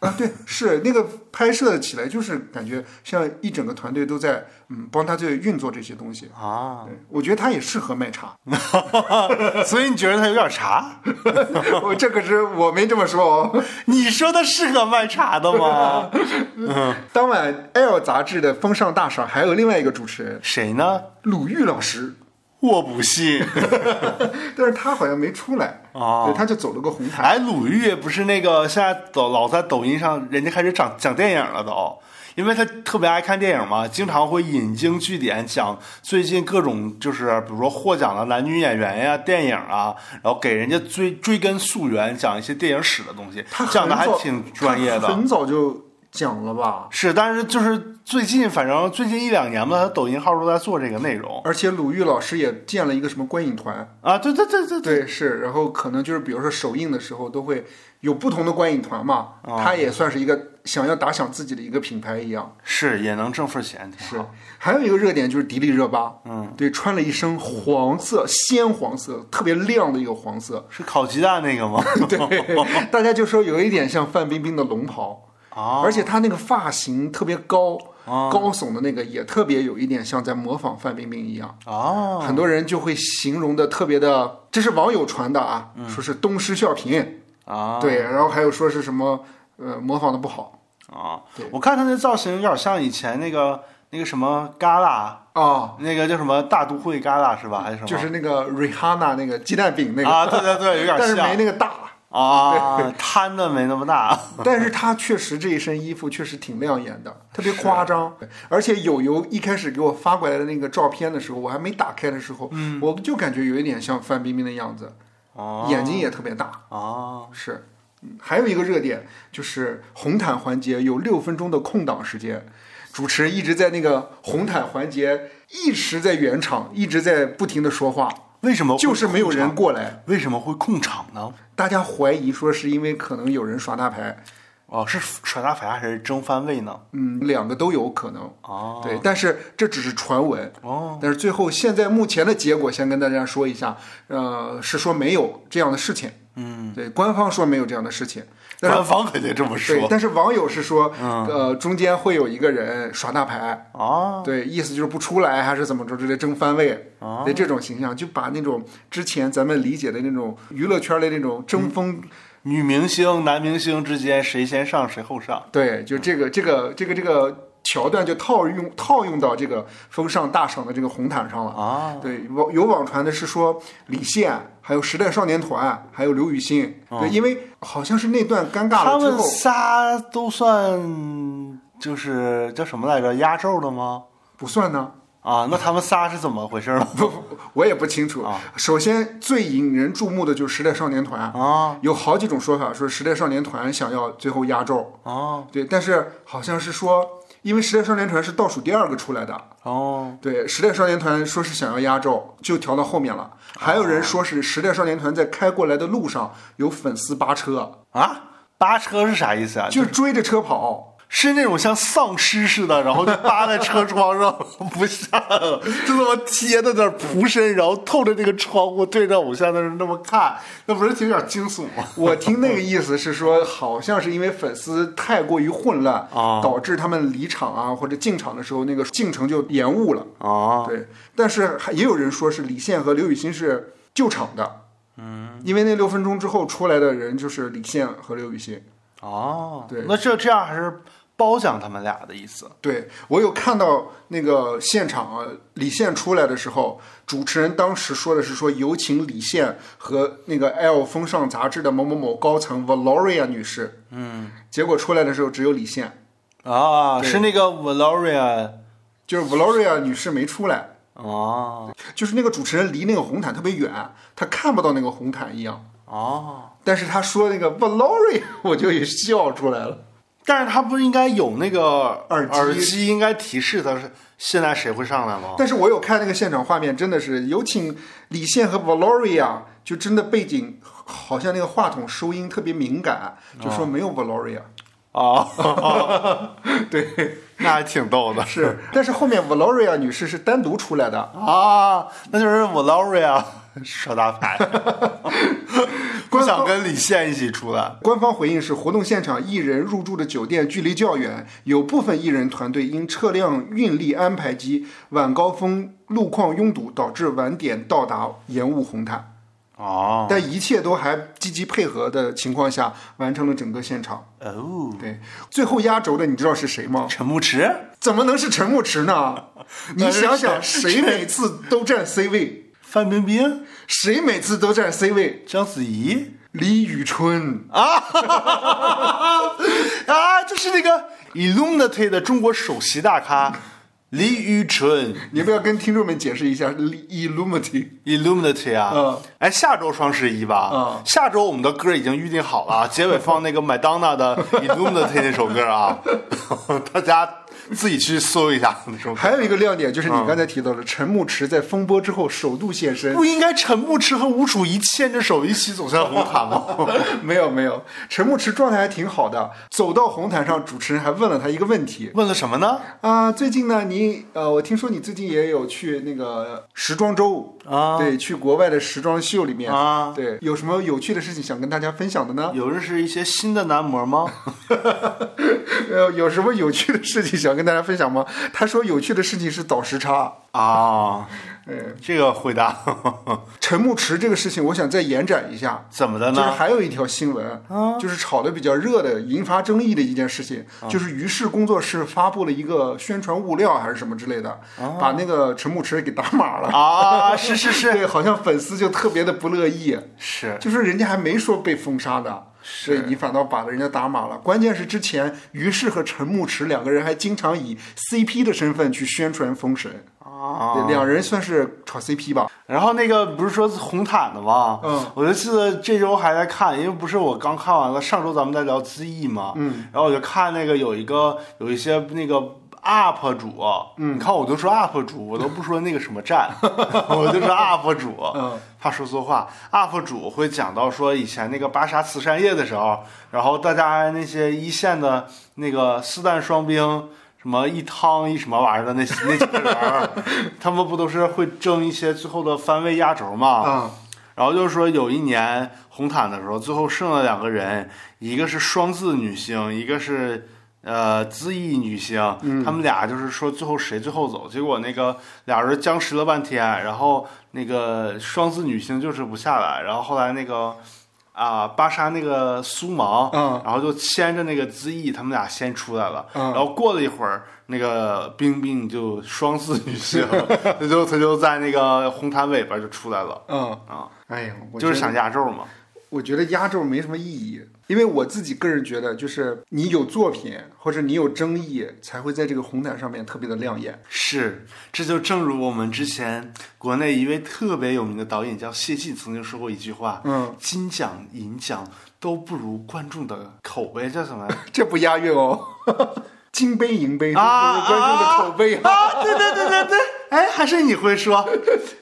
A: 啊，对，是那个拍摄起来就是感觉像一整个团队都在嗯帮他去运作这些东西。
B: 啊，
A: 对我觉得他也适合卖茶，
B: 所以你觉得它有点茶？
A: 我 这可是我没这么说哦。
B: 你说它适合卖茶的 吗？
A: 当晚，《L》杂志的风尚大赏还有另外一个主持人
B: 谁呢？
A: 鲁豫老师，
B: 我不信。
A: 但是他好像没出来
B: 哦
A: 对，他就走了个红毯。
B: 哎，鲁豫不是那个现在抖老在抖音上，人家开始讲讲电影了都，因为他特别爱看电影嘛，经常会引经据典讲最近各种就是比如说获奖的男女演员呀、电影啊，然后给人家追追根溯源，讲一些电影史的东西
A: 他，很
B: 讲的还
A: 早
B: 挺专业
A: 他
B: 的。
A: 很早就讲了吧。
B: 是，但是就是最近，反正最近一两年吧，他抖音号都在做这个内容
A: 而且鲁豫老师也建了一个什么观影团，
B: 啊。对对对对对，
A: 对，是，然后可能就是比如说首映的时候都会有不同的观影团嘛，
B: 哦
A: 他也算是一个想要打响自己的一个品牌一样。
B: 是也能挣份钱，挺
A: 是
B: 好。，
A: 还有一个热点就是迪丽热巴，
B: 嗯，
A: 对，穿了一身黄色，鲜黄色，特别亮的一个黄 色，
B: 是烤鸡蛋那 个吗？
A: 对，大家就说有一点像范冰冰的龙袍，
B: 啊，
A: 而且她那个发型特别高，
B: 啊
A: 高耸的那个也特别有一点像在模仿范冰冰一样，
B: 啊，
A: 很多人就会形容的特别的，这是网友传的啊，说是东施效颦，
B: 嗯啊，
A: 对，然后还有说是什么呃模仿的不好
B: 啊
A: 对，
B: 我看他那造型有点像以前那个那个什么旮旯，
A: 啊，
B: 那个叫什么大都会旮旯是吧？还是什么？
A: 就是那个 Rihanna 那个鸡蛋饼那个，
B: 啊，对对对，有点
A: 但是
B: 像
A: 没那个大。
B: 啊，摊的没那么大，
A: 但是他确实这一身衣服确实挺亮眼的，特别夸张。而且友友一开始给我发过来的那个照片的时候，我还没打开的时候，我就感觉有一点像范冰冰的样子，
B: 哦
A: 眼睛也特别大。
B: 哦，
A: 是，嗯还有一个热点就是红毯环节有六分钟的空档时间，主持人一直在那个红毯环节一直在圆场，一直在不停的说话，
B: 为什么会
A: 就是没有
B: 控
A: 人
B: 场？
A: 过来。
B: 为什么会控场呢？
A: 大家怀疑说是因为可能有人耍大牌，
B: 哦，是耍大牌还是争番位呢？
A: 嗯，两个都有可能。
B: 哦
A: 对，但是这只是传闻。
B: 哦，
A: 但是最后现在目前的结果，先跟大家说一下，呃，是说没有这样的事情。嗯，对，官方说没有这样的事情，但是
B: 官方肯定这么
A: 对，
B: 说嗯
A: 但是网友是说，呃，中间会有一个人耍大牌，
B: 啊
A: 对，意思就是不出来还是怎么着之类，争番位，
B: 哦
A: 对这种形象，就把那种之前咱们理解的那种娱乐圈的那种
B: 嗯
A: 争锋
B: 女明星、男明星之间谁先上谁后上。
A: 对，就这个这个这个这个桥段就套用套用到这个风尚大赏的这个红毯上了
B: 啊。
A: 对，网有网传的是说李现，还有时代少年团，还有刘雨昕，对，因为好像是那段尴尬
B: 啊他
A: 了之
B: 们
A: 后，
B: 仨都算就是叫什么来着？压轴的吗？
A: 不算呢。
B: 啊，那他们仨是怎么回事呢？
A: 不，我也不清楚。首先，最引人注目的就是时代少年团，
B: 啊
A: 有好几种说法，说时代少年团想要最后压轴，
B: 啊
A: 对，但是好像是说，因为时代少年团是倒数第二个出来的，
B: 哦
A: 对，时代少年团说是想要压轴，就调到后面了。还有
B: 啊
A: 人说是时代少年团在开过来的路上有粉丝扒车，
B: 啊！扒车是啥意思啊？
A: 就追着车跑。
B: 是那种像丧尸似的，然后就扒在车窗上 不下来了，就这么贴在那儿仆身，然后透着那个窗户对着偶像在那儿那么看，那 不是挺有点惊悚吗？
A: 我听那个意思是说，好像是因为粉丝太过于混乱，
B: 哦
A: 导致他们离场啊或者进场的时候那个进程就延误了。
B: 啊
A: 对，但是还也有人说是李现和刘雨昕是救场的，嗯，因为那六分钟之后出来的人就是李现和刘雨昕。
B: 啊，
A: 对
B: 那这这样还是褒奖他们俩的意思
A: 对我有看到那个现场啊，李现出来的时候，主持人当时说的是说有请李现和那个《L 风尚》杂志的某某某高层 Valoria 女士。嗯，结果出来的时候只有李现，
B: 啊？
A: 对
B: 是那个 Valeria
A: 就是 Valoria 女士没出来，
B: 哦
A: 就是那个主持人离那个红毯特别远，他看不到那个红毯一样。
B: 哦，
A: 但是他说那个 Valoria，我就也笑出来了。
B: 但是他不是应该有那个
A: 耳机
B: 耳机应该提示他是现在谁会上来吗？
A: 但是我有看那个现场画面，真的是有请李现和 Valoria，就真的背景好像那个话筒收音特别敏感，就说没有 Valoria，、
B: 啊，
A: 对，
B: 哦那还挺逗的。
A: 是，但是后面 Valoria 女士是单独出来的，
B: 啊，那就是 Valoria 耍大 牌，不想跟李现一起出来。
A: 官方回应是，活动现场艺人入住的酒店距离较远，有部分艺人团队因车辆运力安排及晚高峰路况拥堵，导致晚点到达，延误红毯。
B: 哦
A: 但一切都还积极配合的情况下，完成了整个现场。
B: 哦，
A: 对，最后压轴的你知道是谁吗？
B: 陈牧驰
A: 怎么能是陈牧驰呢？你想想，谁每次都占 C 位？
B: 范冰冰、
A: 谁每次都占 C 位？
B: 章子怡
A: 李宇春啊，
B: 啊，就是那个 Illuminate 的中国首席大咖李宇春
A: 你不要跟听众们解释一下 Illumity。
B: Illuminate 啊。
A: 嗯
B: 哎，下周双十一吧。
A: 嗯
B: 下周我们的歌已经预定好 了，结尾放那个麦当娜的 Illuminate 那首歌啊， 大家自己去搜一下那首歌。
A: 还有一个亮点就是你刚才提到了陈牧驰在风波之后首度现身，
B: 不应该陈牧驰和吴楚一牵着手一起走向红毯吗？
A: 没有没有，陈牧驰状态还挺好的。走到红毯上，主持人还问了他一个问题
B: 问了什么呢？
A: 啊，最近呢，你呃，我听说你最近也有去那个时装周
B: 啊
A: 对，去国外的时装秀里面
B: 啊
A: 对，有什么有趣的事情想跟大家分享的呢？
B: 有认识一些新的男模 吗？
A: 呃，有什么有趣的事情想跟大家分享吗？他说有趣的事情是倒时差。
B: 啊，
A: 嗯，
B: 这个回答
A: 陈牧驰这个事情，我想再延展一下。
B: 怎么的
A: 就是
B: 呢？
A: 还有一条新闻，
B: 啊
A: 就是炒得比较热的、引发争议的一件事情，就是于是工作室发布了一个宣传物料还是什么之类的，把那个陈牧驰给打码了。
B: 啊，是是是
A: 对，好像粉丝就特别的不乐意，
B: 是，
A: 就说人家还没说被封杀的，所以你反倒把人家打码了。关键是之前于是和陈牧驰两个人还经常以 CP 的身份去宣传封神，
B: 啊。
A: 对，两人算是炒 CP 吧。
B: 然后那个不是说红毯的吗？
A: 嗯，
B: 我就记得这周还在看，因为不是我刚看完了，上周咱们在聊《自忆》嘛，嗯，然后我就看那个有一个有一些那个 UP 主，嗯，你看我都说 UP 主，我都不说那个什么站，我就说 UP 主，
A: 嗯，
B: 怕说错话，UP 主会讲到说以前那个巴莎慈善夜的时候，然后大家那些一线的那个四弹双兵。什么一汤一什么玩意儿的那那几个人儿，他们不都是会争一些最后的番位压轴嘛？
A: 啊，
B: 然后就是说有一年红毯的时候，最后剩了两个人，一个是双字女星，一个是呃字义女星，
A: 嗯
B: 他们俩就是说最后谁最后走，结果那个俩人僵持了半天，然后那个双字女星就是不下来，然后后来那个。啊，巴莎那个苏芒，
A: 嗯
B: 然后就牵着那个资毅，他们俩先出来了。
A: 嗯
B: 然后过了一会儿，那个冰冰就双四 女性，她就她就在那个红毯尾巴就出来了。
A: 嗯
B: 啊，
A: 哎呀，我
B: 就是
A: 觉得
B: 想压轴嘛。
A: 我觉得压轴没什么意义，因为我自己个人觉得，就是你有作品或者你有争议，才会在这个红毯上面特别的亮眼。
B: 是，这就正如我们之前国内一位特别有名的导演叫谢晋曾经说过一句话：
A: 嗯，
B: 金奖、银奖都不如观众的口碑，叫什么？
A: 这不押韵哦， 金杯银杯，这
B: 啊
A: 就是观众的口碑啊。
B: 啊，对对对对对，哎，还是你会说，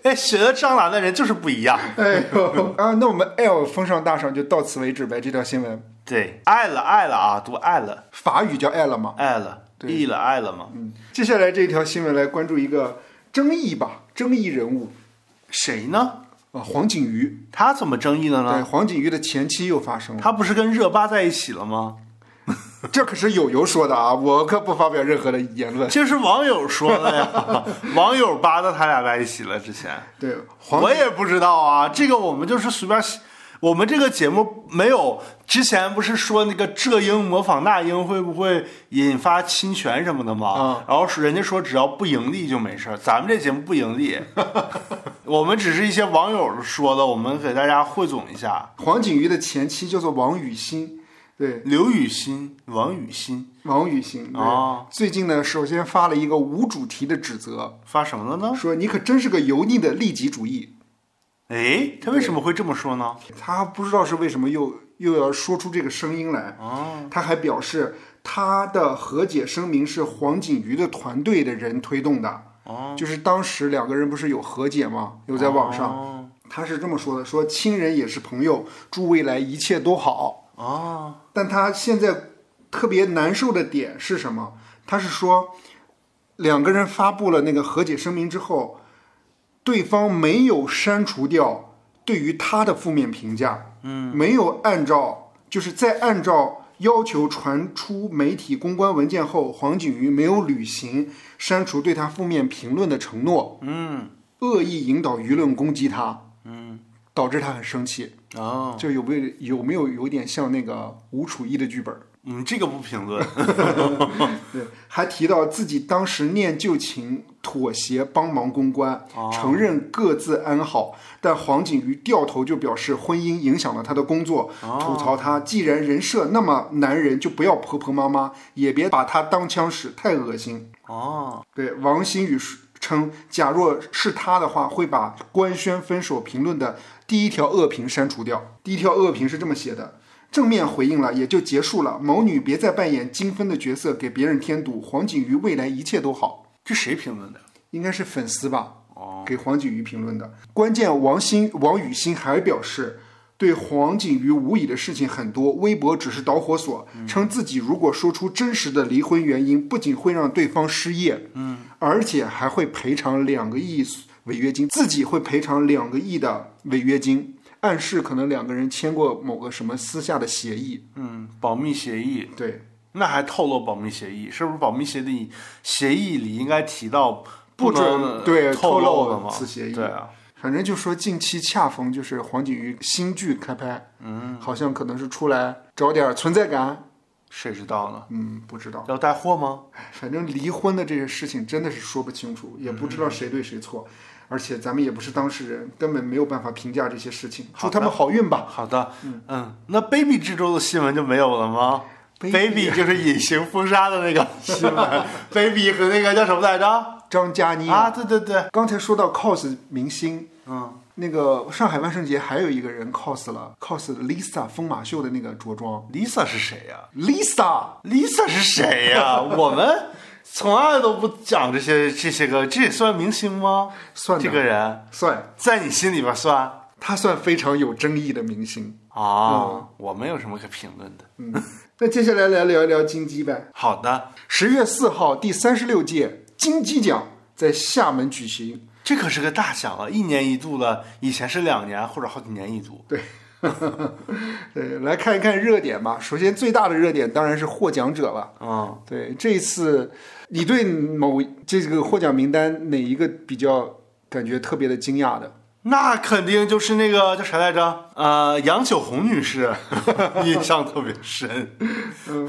B: 哎，学了张兰的人就是不一样。
A: 哎呦啊，那我们 L 风尚大赏就到此为止呗。这条新闻，
B: 对，爱了爱了啊，读爱了
A: 法语叫 L 嘛。
B: 爱了，意了爱了嘛。
A: 接下来这条新闻来关注一个争议吧，争议人物
B: 谁呢？
A: 啊，黄景瑜。
B: 他怎么争议了
A: 对，
B: 呢？
A: 黄景瑜的前妻又发生了，
B: 啊他不是跟热巴在一起了吗？
A: 这可是友友说的啊，我可不发表任何的言论。
B: 这是网友说的 呀，网友扒的他俩在一起了。之前
A: 对，黄
B: 我也不知道啊，这个我们就是随便。我们这个节目没有之前不是说那个浙英模仿那英会不会引发侵权什么的吗？
A: 啊
B: 然后人家说只要不盈利就没事儿，咱们这节目不盈利，我们只是一些网友说的，我们给大家汇总一下。
A: 黄景瑜的前妻叫做王雨欣，对，
B: 刘雨欣、王雨欣
A: 王雨欣对
B: 哦
A: 最近呢，首先发了一个无主题的指责，
B: 发什么了呢？
A: 说你可真是个油腻的利己主义。
B: 哎，他为什么会这么说呢？
A: 他不知道是为什么又又要说出这个声音来。
B: 哦，
A: 他还表示，他的和解声明是黄景瑜的团队的人推动的。
B: 哦，
A: 就是当时两个人不是有和解吗？有在网上，
B: 上
A: 他是这么说的：说亲人也是朋友，祝未来一切都好。
B: 哦，
A: 但他现在特别难受的点是什么？他是说，两个人发布了那个和解声明之后，对方没有删除掉对于他的负面评价，嗯，没有按照就是在按照要求传出媒体公关文件后，黄景瑜没有履行删除对他负面评论的承诺，
B: 嗯，
A: 恶意引导舆论攻击他，
B: 嗯，
A: 导致他很生气。
B: 哦，
A: 就有没有有没有有点像那个吴楚一的剧本？
B: 嗯，这个不评论。
A: 对，还提到自己当时念旧情，妥协帮忙公关，承认各自安好。但黄景瑜掉头就表示婚姻影响了他的工作，吐槽他既然人设那么男人，就不要婆婆妈妈，也别把他当枪使，太恶心。
B: 哦，
A: 对，王新宇称，假若是他的话，会把官宣分手评论的第一条恶评删除掉。第一条恶评是这么写的：正面回应了，也就结束了。某女别再扮演精分的角色，给别人添堵。黄景瑜未来一切都好，
B: 这谁评论的？
A: 应该是粉丝吧？
B: 哦，
A: 给黄景瑜评论的。关键王鑫、王雨欣还表示，对黄景瑜无以的事情很多，微博只是导火索，称自己如果说出真实的离婚原因，不仅会让对方失业，嗯，而且还会赔偿两个亿违约金，自己会赔偿两个亿的违约金，暗示可能两个人签过某个什么私下的协议。
B: 嗯，保密协议，
A: 对，
B: 那还透露保密协议，是不是保密协议协议里应该提到
A: 不
B: 能
A: 准对透
B: 透
A: 露
B: 的吗？
A: 此协议
B: 对啊，
A: 反正就说近期恰逢就是黄景瑜新剧开拍，嗯，好像可能是出来找点存在感，
B: 谁知道呢？
A: 嗯，不知道。
B: 要带货吗？
A: 反正离婚的这些事情真的是说不清楚，也不知道谁对谁错，而且咱们也不是当事人，根本没有办法评价这些事情。祝他们好运吧！
B: 好的，嗯那 baby 之中的新闻就没有了吗
A: Baby
B: 就是隐形封杀的那 个新闻，baby 和那个叫什么来着？
A: 张嘉倪
B: 啊，，对对对，
A: 刚才说到 cos 明星，
B: 嗯，
A: 那个上海万圣节还有一个人 cos 了 cos Lisa 疯马秀的那个着装
B: Lisa 是谁呀、
A: ，Lisa
B: Lisa 是谁呀、我们从来都不讲这些这些个，这也算明星吗？
A: 算的
B: 这个人
A: 算
B: 在你心里边算
A: 她算非常有争议的明星。
B: 啊？我没有什么可评论的。
A: 嗯，那接下来来聊一聊金鸡呗。
B: 好的，
A: 十月四号，第三十六届金鸡奖在厦门举行。
B: 这可是个大奖啊，一年一度的，以前是两年或者好几年一度。
A: 对，对，来看一看热点吧。首先，最大的热点当然是获奖者了。
B: 嗯，
A: 对，这一次你对某这个获奖名单哪一个比较感觉特别的惊讶的？
B: 那肯定就是那个叫啥来着？呃，杨九红女士， 印象特别深。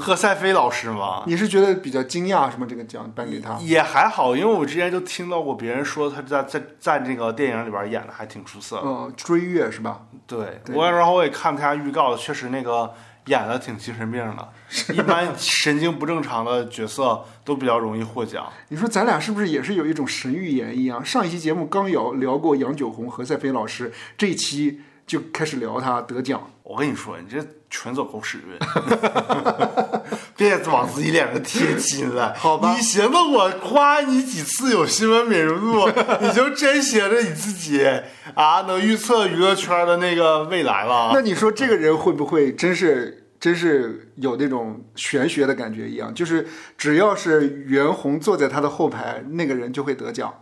B: 贺赛飞老师嘛，
A: 你是觉得比较惊讶是吗？这个奖颁给他？
B: 也还好，因为我之前就听到过别人说他在在在那个电影里边演的还挺出色的。
A: 嗯，追月是吧？
B: 对，
A: 对
B: 我然后我也看他预告，确实那个演的挺精神病 的。一般神经不正常的角色都比较容易获奖。
A: 你说咱俩是不是也是有一种神预言一样？上一期节目刚聊聊过杨九红、何赛飞老师，这一期就开始聊他得奖。
B: 我跟你说，你这全走狗屎 运，别往自己脸上贴金了。
A: 好吧
B: 你寻思我夸你几次有新闻敏锐度，你就真觉着你自己啊能预测娱乐圈的那个未来了？
A: 那你说这个人会不会真是真是有那种玄学的感觉一样？就是只要是袁弘坐在他的后排，那个人就会得奖。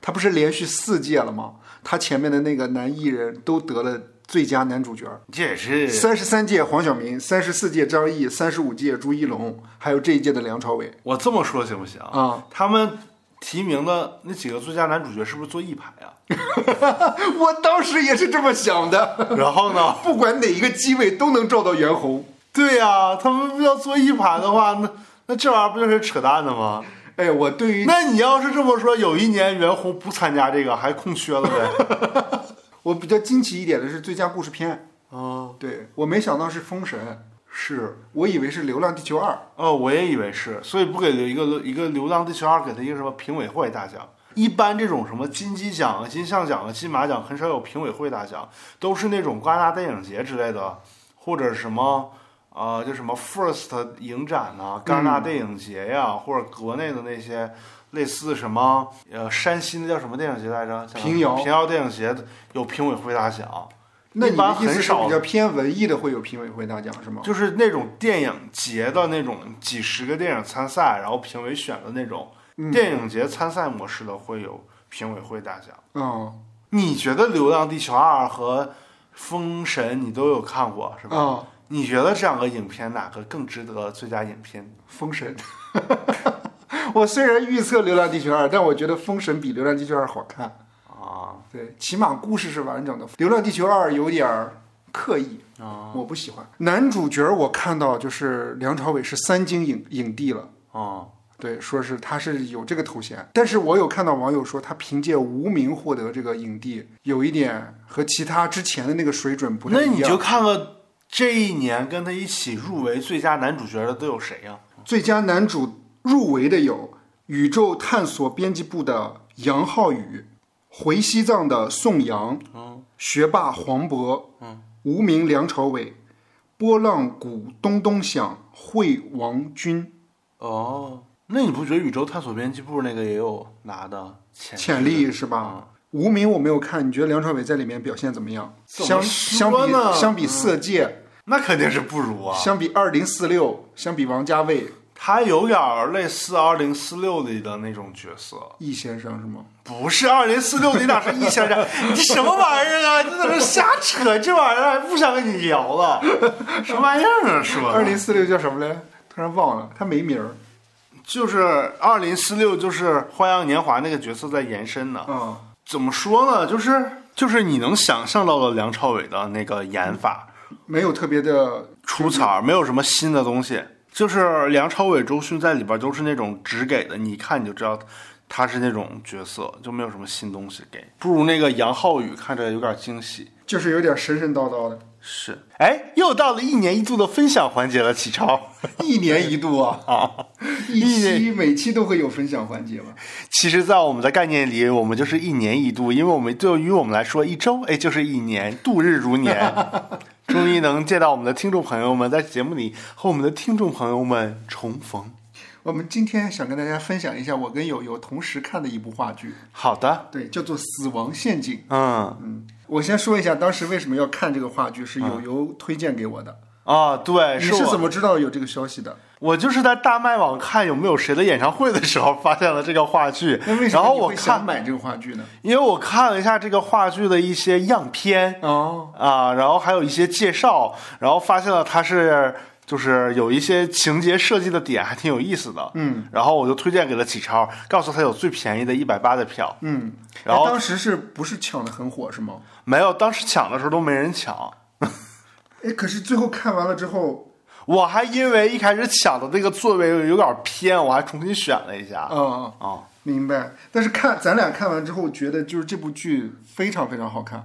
A: 他不是连续四届了吗？他前面的那个男艺人都得了最佳男主角，
B: 这也是
A: 三十三届黄晓明，三十四届张译，三十五届朱一龙，还有这一届的梁朝伟
B: 我这么说行不行？
A: 啊！
B: 他们提名的那几个最佳男主角是不是坐一排啊？
A: 我当时也是这么想 的，
B: 然后呢？
A: 不管哪一个机位都能照到袁弘。
B: 对呀、他们要坐一排的话，那那这玩意儿不就是扯淡的吗？
A: 哎，我对于
B: 那你要是这么说，有一年袁弘不参加这个，还空缺了 呗？
A: 我比较惊奇一点的是最佳故事片，
B: 哦，
A: 对我没想到是《封神》，是我以为是《流浪地球二》。
B: 哦，我也以为是，所以不给留一个一个《流浪地球二》，给他一个什么评委会大奖。一般这种什么金鸡奖啊、金像奖啊、金马奖，很少有评委会大奖，都是那种戛纳电影节之类的，或者什么啊，就什么 First 影展呐、戛
A: 嗯
B: 纳电影节呀、或者国内的那些类似什么呃山西那叫什么电影节来着？叫
A: 平遥
B: 平遥电影节有评委会大奖。
A: 那你
C: 般
A: 的意
C: 很
A: 思是
C: 少
A: 比较偏文艺的会有评委会大奖是吗？
B: 就是那种电影节的那种几十个电影参赛，然后评委选的那种、
A: 嗯
B: 电影节参赛模式的，会有评委会大奖。
A: 嗯
B: 你觉得《流浪地球二》和《封神》你都有看过是吧？
A: 啊，
B: 你觉得这两个影片哪个更值得最佳影片？
A: 封神。 我虽然预测《流浪地球二》，但我觉得《封神》比《流浪地球二》好看。
B: 啊
A: 对，起码故事是完整的，《流浪地球二》有点儿刻意，
B: 啊
A: 我不喜欢。男主角我看到就是梁朝伟是三金影影帝了。
B: 啊！
A: 对，说是他是有这个头衔，但是我有看到网友说他凭借《无名》获得这个影帝，有一点和其他之前的那个水准不太
B: 那
A: 一
B: 你就
A: 样。
B: 看看这一年跟他一起入围最佳男主角的都有谁呀、
A: 最佳男主入围的有宇宙探索编辑部的杨浩宇，回西藏的宋阳，学霸黄渤，无名梁朝伟，波浪鼓咚咚响惠王军，
B: 哦，那你不觉得宇宙探索编辑部那个也有拿的潜
A: 潜力是吧？无名我没有看，你觉得梁朝伟在里面表现怎么样？
B: 怎
A: 相
B: 么说
A: 相比
B: 呢
A: 相比色戒，
B: 那肯定是不如啊。
A: 相比二零四六，相比王家卫
B: 他有点儿类似《二零四六》里的那种角色，
A: 易先生是吗？
B: 不是《二零四六》，你哪是易先生？ 你什么玩意儿啊？你在这瞎扯，这玩意儿还不想跟你 聊了，什么玩意儿啊？说
A: 二零四六叫什么来？突然忘了，他没名儿。
B: 就是《二零四六》，就是《花样年华》那个角色在延伸呢。
A: 嗯，
B: 怎么说呢？就是就是你能想象到的梁朝伟的那个演法，
A: 没有特别的
B: 出彩儿，没有什么新的东西。就是梁朝伟、周迅在里边都是那种只给的，你一看你就知道他是那种角色，就没有什么新东西给。不如那个杨浩宇看着有点惊喜。
A: 就是有点神神叨 叨的，
B: 是，
C: 哎，又到了一年一度的分享环节了，启超。
A: 一年一度啊，一
C: 一
A: 期每期都会有分享环节嘛。
C: 其实，在我们的概念里，我们就是一年一度，因为我们对于我们来说，一周哎就是一年，度日如 年。终于能见到我们的听众朋友们，在节目里和我们的听众朋友们重逢。
A: 我们今天想跟大家分享一下我跟友友同时看的一部话剧，
C: 好的，
A: 对，叫做《死亡陷阱》。
C: 嗯，
A: 我先说一下当时为什么要看这个话剧，是友友推荐给我的。
C: 啊，对，嗯
A: 你
C: 是
A: 是
C: 我，
A: 怎么知道有这个消息的？
C: 我就是在大麦网看有没有谁的演唱会的时候，发现了这个话剧
A: 那为，什
C: 然
A: 么
C: 后
A: 你
C: 我
A: 会想
C: 看，
A: 买这个话剧呢？
C: 因为我看了一下这个话剧的一些样片，
A: 哦，
C: 啊，然后还有一些介绍，然后发现了它是就是有一些情节设计的点还挺有意思的，
A: 嗯，
C: 然后我就推荐给了启超，告诉他有最便宜的一百八的票，
A: 嗯，
C: 然后
A: 哎当时是不是抢的很火是吗？
C: 没有，当时抢的时候都没人抢，
A: 哎，可是最后看完了之后，
C: 我还因为一开始抢的那个座位有点偏，我还重新选了一下
A: 啊、，啊
C: 啊，
A: 明白。但是看咱俩看完之后，觉得就是这部剧非常非常好看。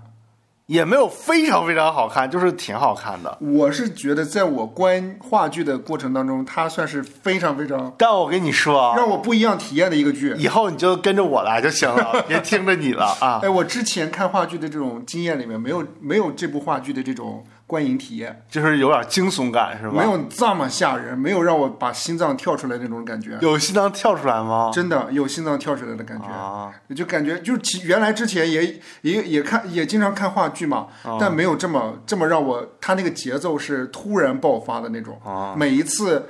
C: 也没有非常非常好看，就是挺好看的。
A: 我是觉得，在我观话剧的过程当中，它算是非常非常
C: 但我跟你说啊，
A: 让我不一样体验的一个剧。
C: 以后你就跟着我来就行了，别听着你了啊。
A: 哎，我之前看话剧的这种经验里面，没有没有这部话剧的这种观影体验，
C: 就是有点惊悚感是吧？
A: 没有这么吓人，没有让我把心脏跳出来那种感觉。
C: 有心脏跳出来吗？
A: 真的有心脏跳出来的感觉，
C: 啊
A: 就感觉就是其原来之前也也也看也经常看话剧嘛，
C: 啊
A: 但没有这么这么让我，他那个节奏是突然爆发的那种，
C: 啊
A: 每一次。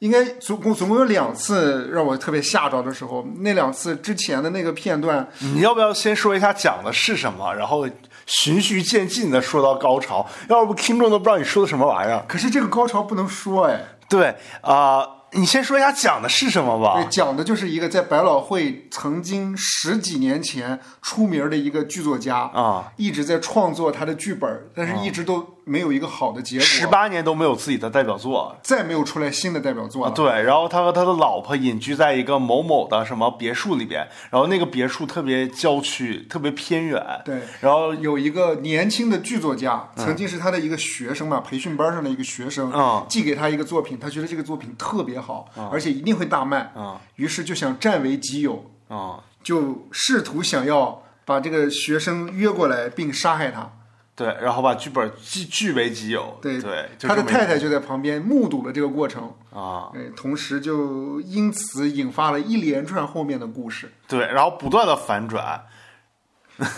A: 应该总共总共有两次让我特别吓着的时候，那两次之前的那个片段，
C: 你要不要先说一下讲的是什么，然后循序渐进的说到高潮？要不听众都不知道你说的什么玩意儿。
A: 可是这个高潮不能说哎，
C: 对啊、你先说一下讲的是什么
A: 对，
C: 吧。
A: 讲的就是一个在百老汇曾经十几年前出名的一个剧作家
C: 啊，
A: 一直在创作他的剧本，但是一直都没有一个好的结果。
C: 十八年都没有自己的代表作，
A: 再没有出来新的代表作了。
C: 对。然后他和他的老婆隐居在一个某某的什么别墅里边，然后那个别墅特别郊区，特别偏远。
A: 对
C: 然后
A: 有一个年轻的剧作家，曾经是他的一个学生嘛，培训班上的一个学生，
C: 嗯
A: 寄给他一个作品，他觉得这个作品特别好，
C: 啊
A: 而且一定会大卖，于是就想占为己有，
C: 嗯，
A: 就试图想要把这个学生约过来并杀害他。
C: 对，然后把剧本据据为己有。
A: 对
C: 对，就
A: 他的
C: 这么一
A: 太太就在旁边目睹了这个过程，
C: 啊。
A: 哎，同时就因此引发了一连串后面的故事。
C: 对，然后不断的反转，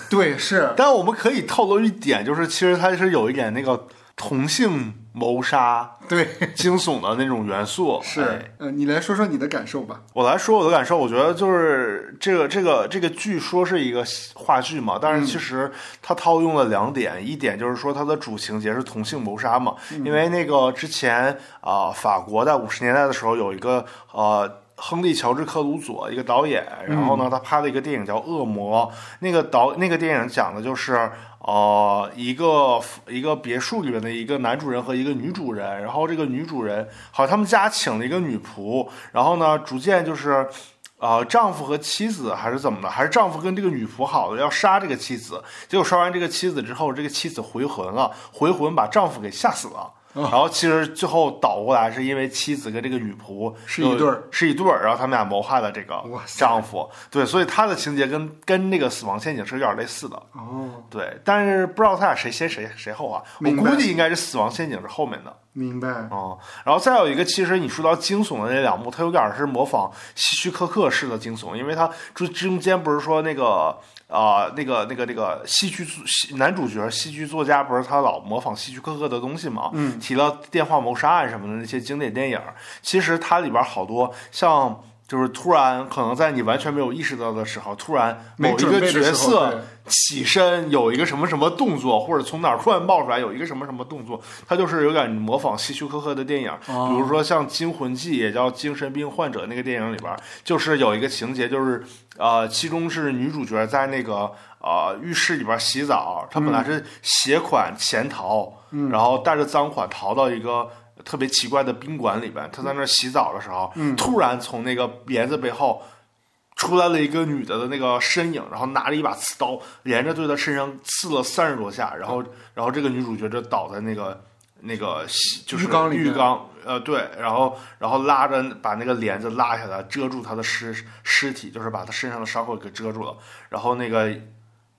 A: 对，是
B: 但我们可以透露一点，就是其实它是有一点那个同性谋 杀、
A: 对，
B: 惊悚的那种元素。哎
A: 是。呃，你来说说你的感受吧。
B: 我来说我的感受，我觉得就是这个这个这个剧说是一个话剧嘛，但是其实它套用了两点，一点就是说它的主情节是同性谋杀嘛，因为那个之前啊、法国在五十年代的时候有一个呃。亨利·乔治·克鲁佐，一个导演，然后呢，他拍了一个电影叫《恶魔》。那个导那个电影讲的就是，呃，一个一个别墅里面的一个男主人和一个女主人，然后这个女主人好像他们家请了一个女仆，然后呢，逐渐就是，呃，丈夫和妻子还是怎么的，还是丈夫跟这个女仆好了，要杀这个妻子，结果杀完这个妻子之后，这个妻子回魂了，回魂把丈夫给吓死
A: 啊
B: 了。然后其实最后倒过来是因为妻子跟这个女仆
A: 是一对儿，
B: 是一对儿，然后他们俩谋害了这个
A: 哇塞
B: 丈夫。对，所以他的情节跟跟那个死亡陷阱是有点类似的。
A: 哦，
B: 对，但是不知道他俩谁先谁谁后啊？我
A: 明白
B: 估计应该是死亡陷阱是后面的
A: 明白。
B: 哦、然后再有一个，其实你说到惊悚的那两幕，它有点是模仿希区柯克式的惊悚，因为它中中间不是说那个啊、那个那个那个戏剧作戏男主角戏剧作家不是他老模仿希区柯克的东西嘛？嗯，提到电话谋杀案什么的那些经典电影，其实它里边好多像。就是突然，可能在你完全没有意识到的时候，突然某
A: 没
B: 一
A: 准备
B: 个
A: 的时候
B: 角色
A: 对
B: 起身有一个什么什么动作，或者从哪儿突然冒出来有一个什么什么动作，它就是有点模仿希区柯克的电影，比如说像《惊魂记》也叫《精神病患者》那个电影里边儿，就是有一个情节，就是呃，其中是女主角在那个呃浴室里边洗澡，她本来是携款潜逃，然后带着赃款逃到一个。特别奇怪的宾馆里
A: 嗯
B: 边，她在那儿洗澡的时候，突然从那个帘子背后出来了一个女的的那个身影，然后拿了一把刺刀，连着对她身上刺了三十多下，
A: 嗯
B: 然后然后这个女主角就倒在那个那个洗就是
A: 浴缸里面嗯
B: 浴缸呃对，然后然后拉着把那个帘子拉下来，遮住她的尸尸体，就是把她身上的伤口给遮住了，然后那个。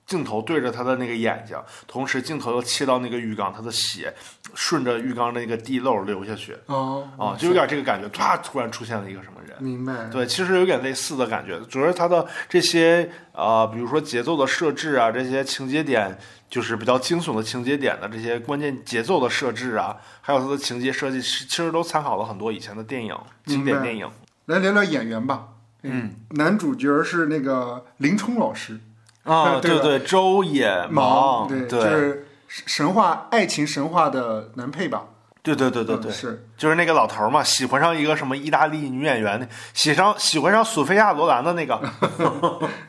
B: 镜头对着她的那个眼睛，同时镜头又切到那个浴缸，她的血顺着浴缸的那个地漏流下去，
A: 哦，
B: 啊，就有点这个感觉，啪，突然出现了一个什么人，
A: 明白。
B: 对，其实有点类似的感觉，主要是它的这些呃，比如说节奏的设置啊，这些情节点，就是比较惊悚的情节点的这些关键节奏的设置啊，还有它的情节设计，其其实都参考了很多以前的电影，经典电影。
A: 来聊聊演员吧。嗯，男主角是那个林冲老师，
B: 啊，
A: 嗯对
B: 对
A: 吧
B: 对，周也
A: 芒，
B: 芒，
A: 对，就
B: 哎对
A: 是神话爱情神话的男配吧？
B: 对对对对
A: 嗯
B: 对，
A: 是
B: 就是那个老头儿嘛，喜欢上一个什么意大利女演员，喜上喜欢上索菲亚罗兰 的那个，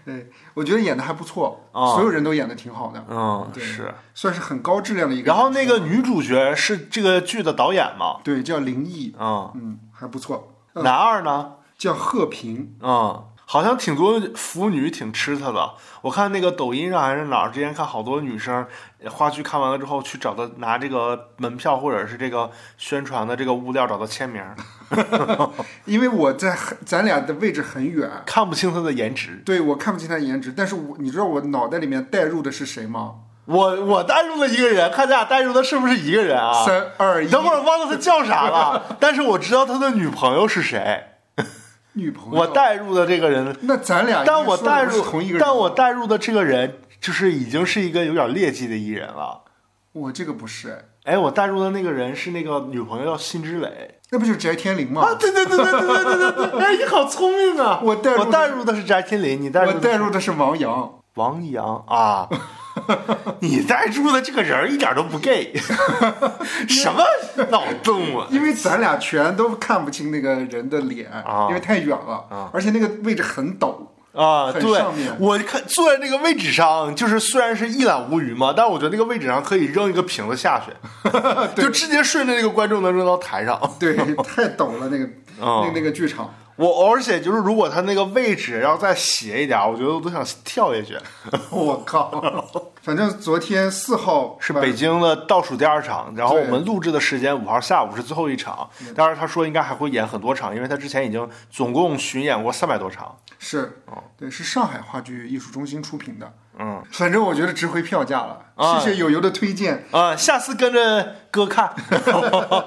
A: 对，我觉得演的还不错，
B: 哦
A: 所有人都演的挺好的，
B: 嗯，
A: 对
B: 是。
A: 算是很高质量的一个。
B: 然后那个女主角是这个剧的导演嘛，
A: 对叫林毅，
B: 嗯，
A: 嗯，还不错，
B: 男二呢？
A: 叫贺平，
B: 嗯，好像挺多腐女挺吃他的。我看那个抖音上还是哪儿，之前看好多女生呃话剧看完了之后去找他拿这个门票或者是这个宣传的这个物料找他签名，
A: 因为我在很咱俩的位置很远，
B: 看不清他的颜值。
A: 对我看不清他颜值，但是我你知道我脑袋里面带入的是谁吗？
B: 我我带入了一个人，看咱俩带入的是不是一个人啊？
A: 三二一，
B: 等会儿忘了他叫啥了，但是我知道他的女朋友是谁。
A: 女朋友，
B: 我带入的这个人，
A: 那咱俩，
B: 但我带
A: 是
B: 入
A: 同一个人，
B: 但我带入的这个人就是已经是一个有点劣迹的艺人了。
A: 我这个不是，哎
B: 哎，我带入的那个人是那个女朋友叫辛之磊
A: 那不就是翟天临吗？
B: 啊！对对对对对对对对对！哎，你好聪明啊！
A: 我带入的
B: 我带入的是翟天临，你带入
A: 我
B: 的
A: 带
B: 是
A: 入的是王阳，
B: 王阳啊！ 你带入的这个人一点都不 gay，什么脑洞啊！
A: 因为咱俩全都看不清那个人的脸，
B: 啊
A: 因为太远了，
B: 啊
A: 而且那个位置很陡。
B: 啊，
A: 很
B: 对
A: 上面，
B: 我看坐在那个位置上，就是虽然是一览无余嘛，但我觉得那个位置上可以扔一个瓶子下去， 就直接顺着那个观众能扔到台上。
A: 对，太陡了，那个、
B: 啊
A: 那那个剧场，
B: 我而且就是，如果他那个位置要再斜一点，我觉得我都想跳下去。
A: 我 靠！反正昨天四号
B: 是
A: 吧
B: 北京的倒数第二场，然后
A: 嗯对嗯
B: 我们录制的时间五号下午是最后一场，当然他说应该还会演很多场，因为他之前已经总共巡演过三百多场。
A: 是，对，是上海话剧艺术中心出品的，
B: 哦嗯
A: 反正我觉得值回票价了。
B: 啊
A: 谢谢友友的推荐。
B: 啊，下次跟着哥看。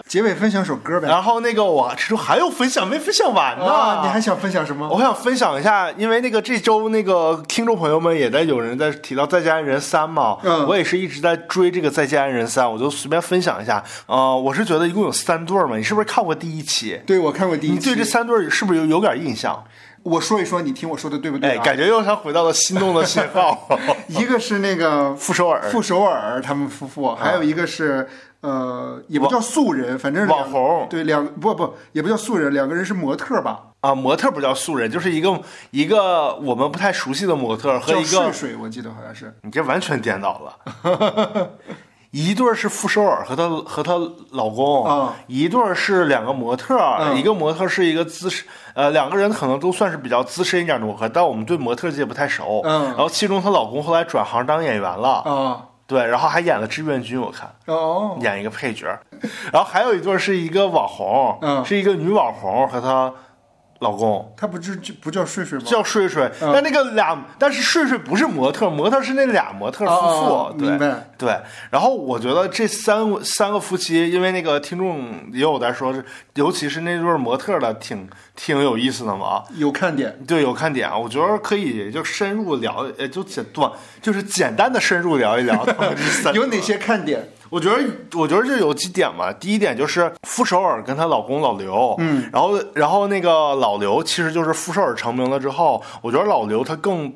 A: 结尾分享首歌呗。
B: 然后那个我这周还有分享没分享完呢，
A: 啊，你还想分享什
B: 我
A: 么？
B: 想分享一下，因为那个这周那个听众朋友们也在有人在提到《再见爱人三》嘛，
A: 嗯
B: 我也是一直在追这个《再见爱人三》，我就随便分享一下。呃，我是觉得一共有三对儿嘛，你是不是看过第一期？
A: 嗯对，我看过第一
B: 你对
A: 期
B: 这。三对儿是不是有有点印象？
A: 我说一说，你听我说的对不对
B: 哎，
A: 啊？
B: 感觉又像回到了心动的信 号。
A: 一个是那个
B: 傅首尔啊
A: 傅首尔他们夫妇，还有一个是呃，也不叫素人，反正两
B: 网红
A: 对，两不不也不叫素人，两个人是模特吧？
B: 啊，模特不叫素人，就是一个一个我们不太熟悉的模特和
A: 叫
B: 一
A: 试
B: 个
A: 水，我记得好像是。
B: 你这完全颠倒了。一对儿是傅首尔和她和她老公，
A: 啊
B: 一对儿是两个模特儿，
A: 嗯
B: 一个模特儿是一个资深，呃，两个人可能都算是比较资深一点的模特，但我们对模特界不太熟。
A: 嗯
B: 然后其中她老公后来转行当演员了，
A: 啊
B: 对，然后还演了志愿军，我看。
A: 哦，
B: 演一个配角儿，然后还有一对儿是一个网红，
A: 嗯
B: 是一个女网红和她老公
A: 他不是就不叫睡睡吗？
B: 叫睡睡，
A: 嗯
B: 但那个俩，但是睡睡不是模特，模特是那俩模特夫妇，
A: 哦哦哦
B: 对
A: 明白
B: 对。然后我觉得这三个三个夫妻，因为那个听众也有在说，尤其是那对儿模特的，挺挺有意思的嘛。啊
A: 有看点。
B: 对，有看点啊，我觉得可以就深入聊，呃，就简短，就是简单的深入聊一聊他们 这三
A: 有
B: 个
A: 哪些看点？
B: 我觉得，我觉得这有几点嘛。第一点就是傅首尔跟她老公老刘，嗯，然后然后那个老刘其实就是傅首尔成名了之后，我觉得老刘他更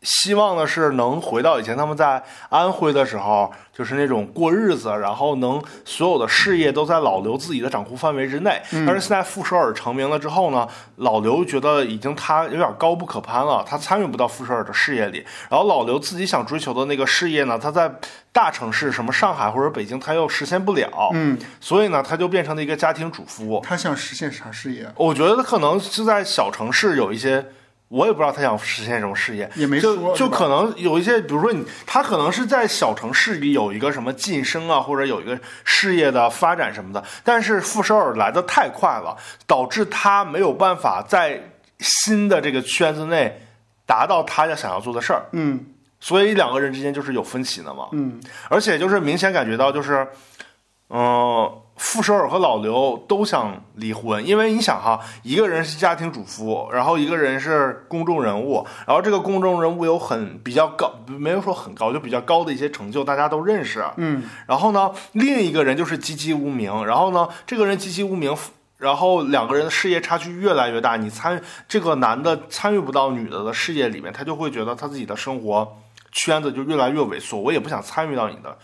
B: 希望的是能回到以前他们在安徽的时候，就是那种过日子，然后能所有的事业都在老刘自己的掌控范围之内。但是现在傅首尔成名了之后呢，老刘觉得已经他有点高不可攀了，他参与不到傅首尔的事业里。然后老刘自己想追求的那个事业呢，他在大城市什么上海或者北京，他又实现不了。嗯，所以呢，他就变成了一个家庭主妇。
A: 他想实现啥事业？
B: 我觉得可能是在小城市有一些，我也不知道他想实现什么事业，
A: 也没
B: 就
A: 说
B: 就是
A: 吧
B: 可能有一些，比如说你，他可能是在小城市里有一个什么晋升啊，或者有一个事业的发展什么的，但是傅首尔来的太快了，导致他没有办法在新的这个圈子内达到他要想要做的事儿，
A: 嗯
B: 所以两个人之间就是有分歧的嘛。
A: 嗯，
B: 而且就是明显感觉到就是，嗯、傅首尔和老刘都想离婚，因为你想哈，一个人是家庭主妇，然后一个人是公众人物，然后这个公众人物有很比较高，没有说很高，就比较高的一些成就，大家都认识。啊
A: 嗯，
B: 然后呢，另一个人就是籍籍无名，然后呢，这个人籍籍无名。然后两个人的事业差距越来越大，你参这个男的参与不到女的的事业里面，他就会觉得他自己的生活圈子就越来越萎缩，我也不想参与到你的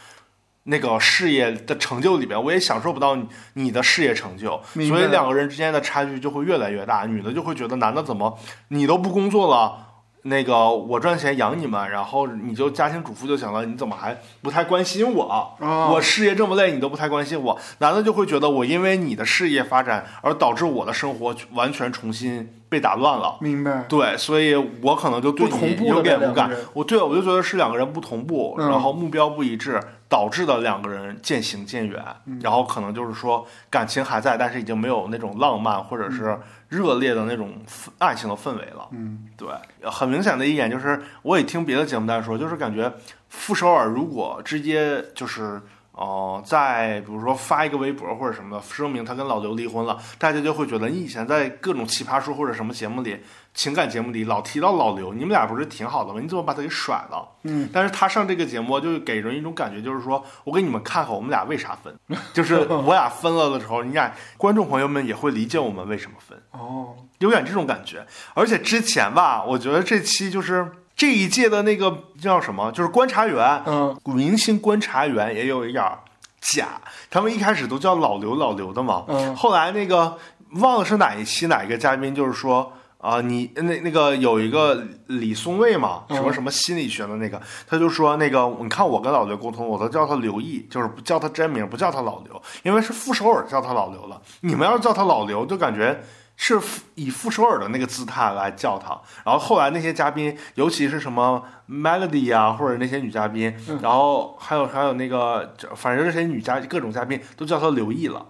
B: 那个事业的成就里边，我也享受不到你你的事业成就，
A: 明白
B: 所以两个人之间的差距就会越来越大。女的就会觉得男的怎么你都不工作了，那个我赚钱养你们，然后你就家庭主妇就行了，你怎么还不太关心我？
A: 哦
B: 我事业这么累，你都不太关心我。男的就会觉得我因为你的事业发展而导致我的生活完全重新被打乱了。
A: 明白。
B: 对，所以我可能就对
A: 不同
B: 你
A: 步
B: 有
A: 了
B: 点
A: 呗
B: 无
A: 两
B: 感
A: 个人。
B: 我对我就觉得是两个人不同步，
A: 嗯
B: 然后目标不一致，导致的两个人渐行渐远。
A: 嗯
B: 然后可能就是说感情还在，但是已经没有那种浪漫或者是热烈的那种氛爱情的氛围了。
A: 嗯，
B: 对，很明显的一点就是，我也听别的节目在说，就是感觉傅首尔如果直接就是。哦、在比如说发一个微博或者什么的，声明她跟老刘离婚了，大家就会觉得你以前在各种奇葩说或者什么节目里，情感节目里老提到老刘，你们俩不是挺好的吗？你怎么把他给甩了？
A: 嗯，
B: 但是他上这个节目就给人一种感觉，就是说我给你们看看我们俩为啥分， 就是我俩分了的时候，你俩观众朋友们也会理解我们为什么分。
A: 哦，
B: 有点这种感觉。而且之前吧，我觉得这期就是这一届的那个叫什么，就是观察员，
A: 嗯，
B: 明星观察员也有一点儿假。他们一开始都叫老刘老刘的嘛，
A: 嗯
B: 后来那个忘了是哪一期哪一个嘉宾，就是说。啊、你那那个有一个李松蔚嘛，什么
A: 嗯
B: 什么心理学的那个，他就说那个，你看我跟老刘沟通，我都叫他刘毅，就是不叫他真名，不叫他老刘，因为是傅首尔叫他老刘了。你们要是叫他老刘，就感觉是以傅首尔的那个姿态来叫他。然后后来那些嘉宾，尤其是什么 Melody 啊，或者那些女嘉宾，然后还有还有那个，就反正这些女嘉各种嘉宾都叫他刘毅了。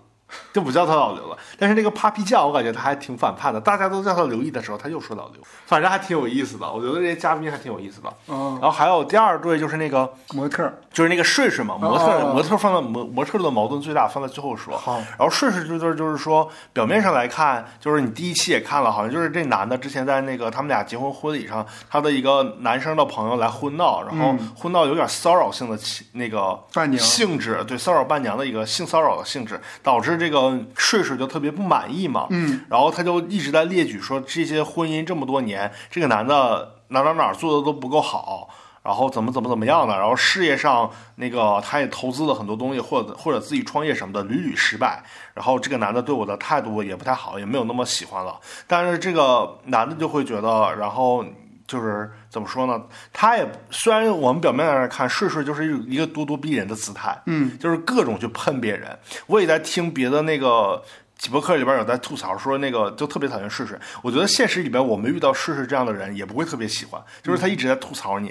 B: 就不叫他老刘了。但是那个 Papi 酱，我感觉他还挺反叛的。大家都叫他刘毅的时候，他又说老刘，反正还挺有意思的。我觉得这些嘉宾还挺有意思的。
A: 哦
B: 然后还有第二对就是那个
A: 模特儿，
B: 就是那个顺顺嘛，模特、
A: 哦
B: 模特放到模模特的矛盾最大，放在最后说。
A: 好
B: 然后顺顺这对就是说，表面上来看，就是你第一期也看了，好像就是这男的之前在那个他们俩结婚婚礼上，他的一个男生的朋友来婚闹，然
A: 嗯
B: 后婚闹有点骚扰性的起那个
A: 伴娘
B: 性质，对骚扰伴娘的一个性骚扰的性质，导致这个顺顺就特别不满意嘛。
A: 嗯，
B: 然后他就一直在列举说，这些婚姻这么多年，这个男的哪哪哪做的都不够好，然后怎么怎么怎么样的，然后事业上那个他也投资了很多东西，或者或者自己创业什么的，屡屡失败。然后这个男的对我的态度也不太好，也没有那么喜欢了。但是这个男的就会觉得，然后就是怎么说呢？他也虽然我们表面上看，顺顺就是一个咄咄逼人的姿态，
A: 嗯，
B: 就是各种去喷别人。我也在听别的那个几博客里边有在吐槽说，那个就特别讨厌顺顺。我觉得现实里边我们遇到顺顺这样的人，也不会特别喜欢，就是他一直在吐槽你，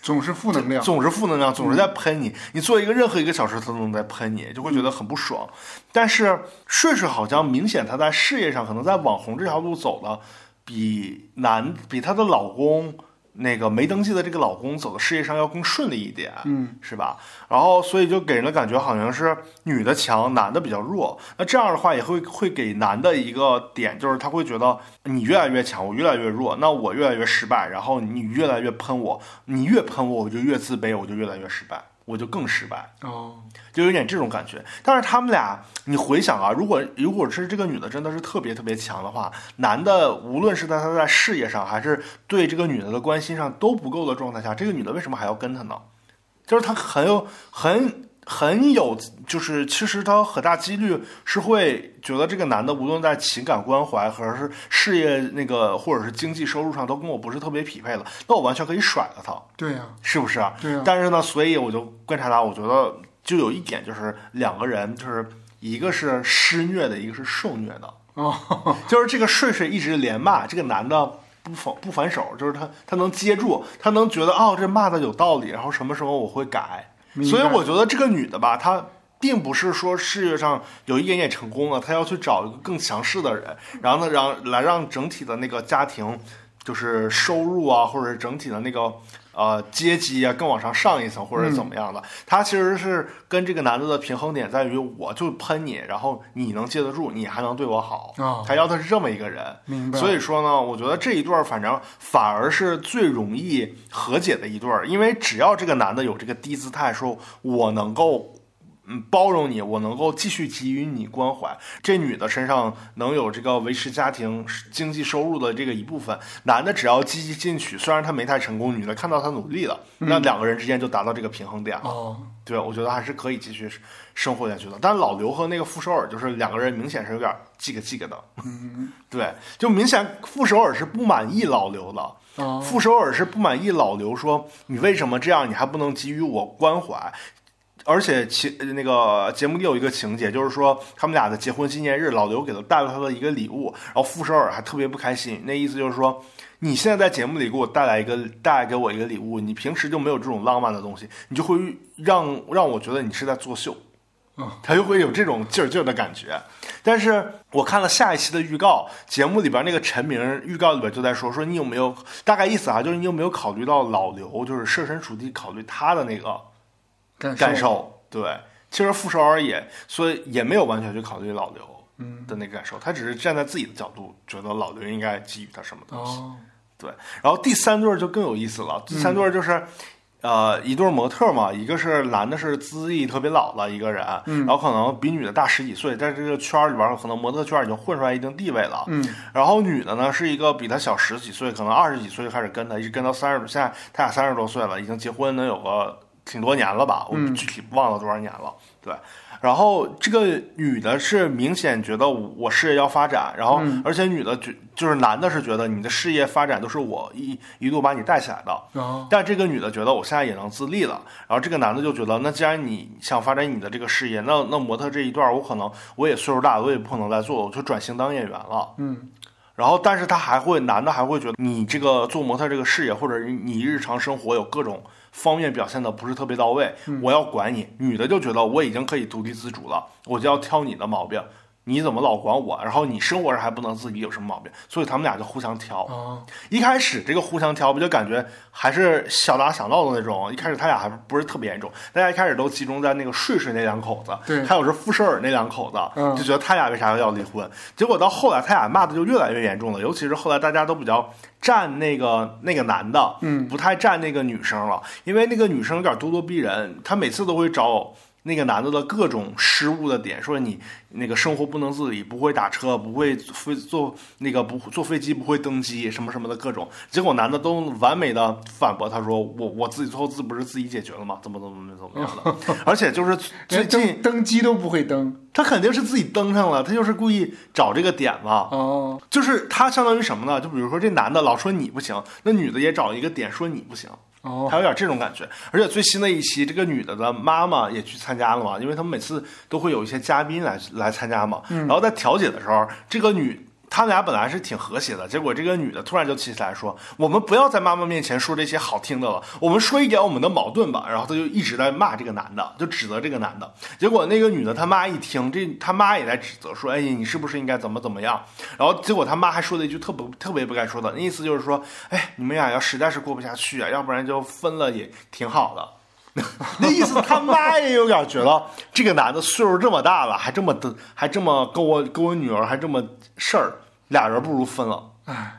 A: 总是负能量。
B: 总是负能量，总是在喷你。你做一个任何一个小事，他都能在喷你，就会觉得很不爽。但是顺顺好像明显他在事业上，可能在网红这条路走的比男比她的老公那个没登记的这个老公走的事业上要更顺利一点，
A: 嗯，
B: 是吧？然后所以就给人的感觉好像是女的强，男的比较弱。那这样的话也会会给男的一个点，就是他会觉得你越来越强，我越来越弱，那我越来越失败，然后你越来越喷我，你越喷我，我就越自卑，我就越来越失败，我就更失败。
A: 哦，
B: 就有点这种感觉。但是他们俩，你回想啊，如果如果是这个女的真的是特别特别强的话，男的无论是在他在事业上，还是对这个女的的关心上都不够的状态下，这个女的为什么还要跟他呢？就是他很有很很有，就是其实他很大几率是会觉得这个男的无论在情感关怀和是事业那个或者是经济收入上都跟我不是特别匹配了，那我完全可以甩了他，
A: 对呀，
B: 是不是啊？
A: 对呀，
B: 但是呢，所以我就观察到，我觉得就有一点就是两个人就是。一个是施虐的，一个是受虐的，
A: 哦，
B: 就是这个顺顺一直连骂这个男的不反不反手，就是他他能接住，他能觉得哦这骂的有道理，然后什么时候我会改，
A: 明白
B: 所以我觉得这个女的吧，她并不是说事业上有一点点成功了，啊她要去找一个更强势的人，然后呢让来让整体的那个家庭就是收入啊，或者是整体的那个呃阶级啊更往上上一层，或者是怎么样的。她其实是跟这个男的的平衡点在于，我就喷你，然后你能接得住，你还能对我好。
A: 哦
B: 她要的是这么一个人。
A: 明白。
B: 所以说呢，我觉得这一对儿反正反而是最容易和解的一对儿，因为只要这个男的有这个低姿态，说我能够。嗯，包容你，我能够继续给予你关怀。这女的身上能有这个维持家庭经济收入的这个一部分，男的只要积极进取，虽然他没太成功，女的看到他努力了，那两个人之间就达到这个平衡点了。
A: 哦，
B: 对，我觉得还是可以继续生活下去的。但老刘和那个傅首尔就是两个人，明显是有点记个记个的。
A: 嗯，
B: 对，就明显傅首尔是不满意老刘的，
A: 哦，
B: 傅首尔是不满意老刘说你为什么这样，你还不能给予我关怀。而且情呃那个节目里有一个情节，就是说他们俩的结婚纪念日，老刘给他带了他的一个礼物，然后傅首尔还特别不开心，那意思就是说，你现在在节目里给我带来一个带给我一个礼物，你平时就没有这种浪漫的东西，你就会让让我觉得你是在作秀
A: 嗯，
B: 他就会有这种劲儿劲儿的感觉。但是我看了下一期的预告，节目里边那个陈明预告里边就在说说你有没有大概意思啊，就是你有没有考虑到老刘，就是设身处地考虑他的那个
A: 感
B: 感受？对，其实傅首尔也所以也没有完全去考虑老刘
A: 嗯，
B: 的那个感受，他只是站在自己的角度，觉得老刘应该给予他什么东西。
A: 哦，
B: 然后第三对儿就更有意思了，第三对儿就是。呃，一对儿模特嘛，一个是男的是资历特别老了一个人，
A: 嗯
B: 然后可能比女的大十几岁，在这个圈儿里边儿可能模特圈儿已经混出来一定地位了。
A: 嗯，
B: 然后女的呢是一个比他小十几岁，可能二十几岁就开始跟他，一直跟到三十多，现在他俩三十多岁了，已经结婚能有个挺多年了吧，我
A: 嗯
B: 具体忘了多少年了。对，然后这个女的是明显觉得我我事业要发展，然后
A: 嗯
B: 而且女的觉就是男的是觉得你的事业发展都是我一一路把你带起来的，
A: 哦，
B: 但这个女的觉得我现在也能自立了，然后这个男的就觉得，那既然你想发展你的这个事业，那那模特这一段我可能我也岁数大了，我也不可能再做了，我就转型当演员了。
A: 嗯，
B: 然后，但是他还会，男的还会觉得你这个做模特这个事业，或者你日常生活有各种方面表现的不是特别到位，
A: 嗯
B: 我要管你。女的就觉得我已经可以独立自主了，我就要挑你的毛病，你怎么老管我？然后你生活上还不能自己有什么毛病，所以他们俩就互相挑。
A: 啊，
B: 一开始这个互相挑不就感觉还是小打小闹的那种？一开始他俩还不是特别严重，大家一开始都集中在那个睡睡那两口子，
A: 对
B: 还有是傅首尔那两口子，
A: 嗯
B: 就觉得他俩为啥要离婚？结果到后来他俩骂的就越来越严重了，尤其是后来大家都比较站那个那个男的，
A: 嗯
B: 不太站那个女生了，因为那个女生有点咄咄逼人，她每次都会找。那个男的的各种失误的点，说你那个生活不能自理，不会打车，不会飞坐那个不坐飞机，不会登机，什么什么的各种。结果男的都完美的反驳他说：“我我自己最后自不是自己解决了吗？怎么怎么怎么怎么样的？ 而且就是最
A: 连
B: 近
A: 登哎登机都不会登
B: 他肯定是自己登上了，他就是故意找这个点嘛。
A: 哦，
B: 就是他相当于什么呢？就比如说这男的老说你不行，那女的也找一个点说你不行，
A: 哦，
B: 他有点这种感觉。而且最新的一期，这个女的的妈妈也去参加了嘛，因为他们每次都会有一些嘉宾来来参加嘛。然后在调解的时候，这个女。他们俩本来是挺和谐的，结果这个女的突然就起来说：“我们不要在妈妈面前说这些好听的了，我们说一点我们的矛盾吧。”然后他就一直在骂这个男的，就指责这个男的。结果那个女的他妈一听，这他妈也在指责说：“哎，你是不是应该怎么怎么样？”然后结果他妈还说了一句特不特别不该说的，那意思就是说：“哎，你们俩要实在是过不下去啊，要不然就分了也挺好的。” 那意思他妈也有点觉得这个男的岁数这么大了，还这么的，还这么跟我跟我女儿还这么事儿，俩人不如分了。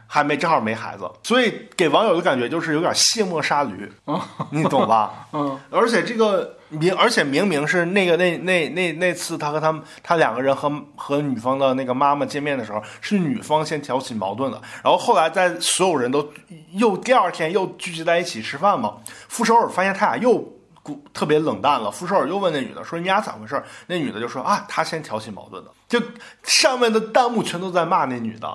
B: 还没正好没孩子，所以给网友的感觉就是有点卸磨杀驴， 你懂吧？
A: 嗯，
B: 而且这个明，而且明明是那个那那那那次他和他们他两个人和和女方的那个妈妈见面的时候，是女方先挑起矛盾的，然后后来在所有人都又第二天又聚集在一起吃饭嘛，傅首尔发现他俩又。故特别冷淡了，傅首尔又问那女的说：“你俩咋回事儿？”那女的就说：“啊，他先挑起矛盾的。”就上面的弹幕全都在骂那女的，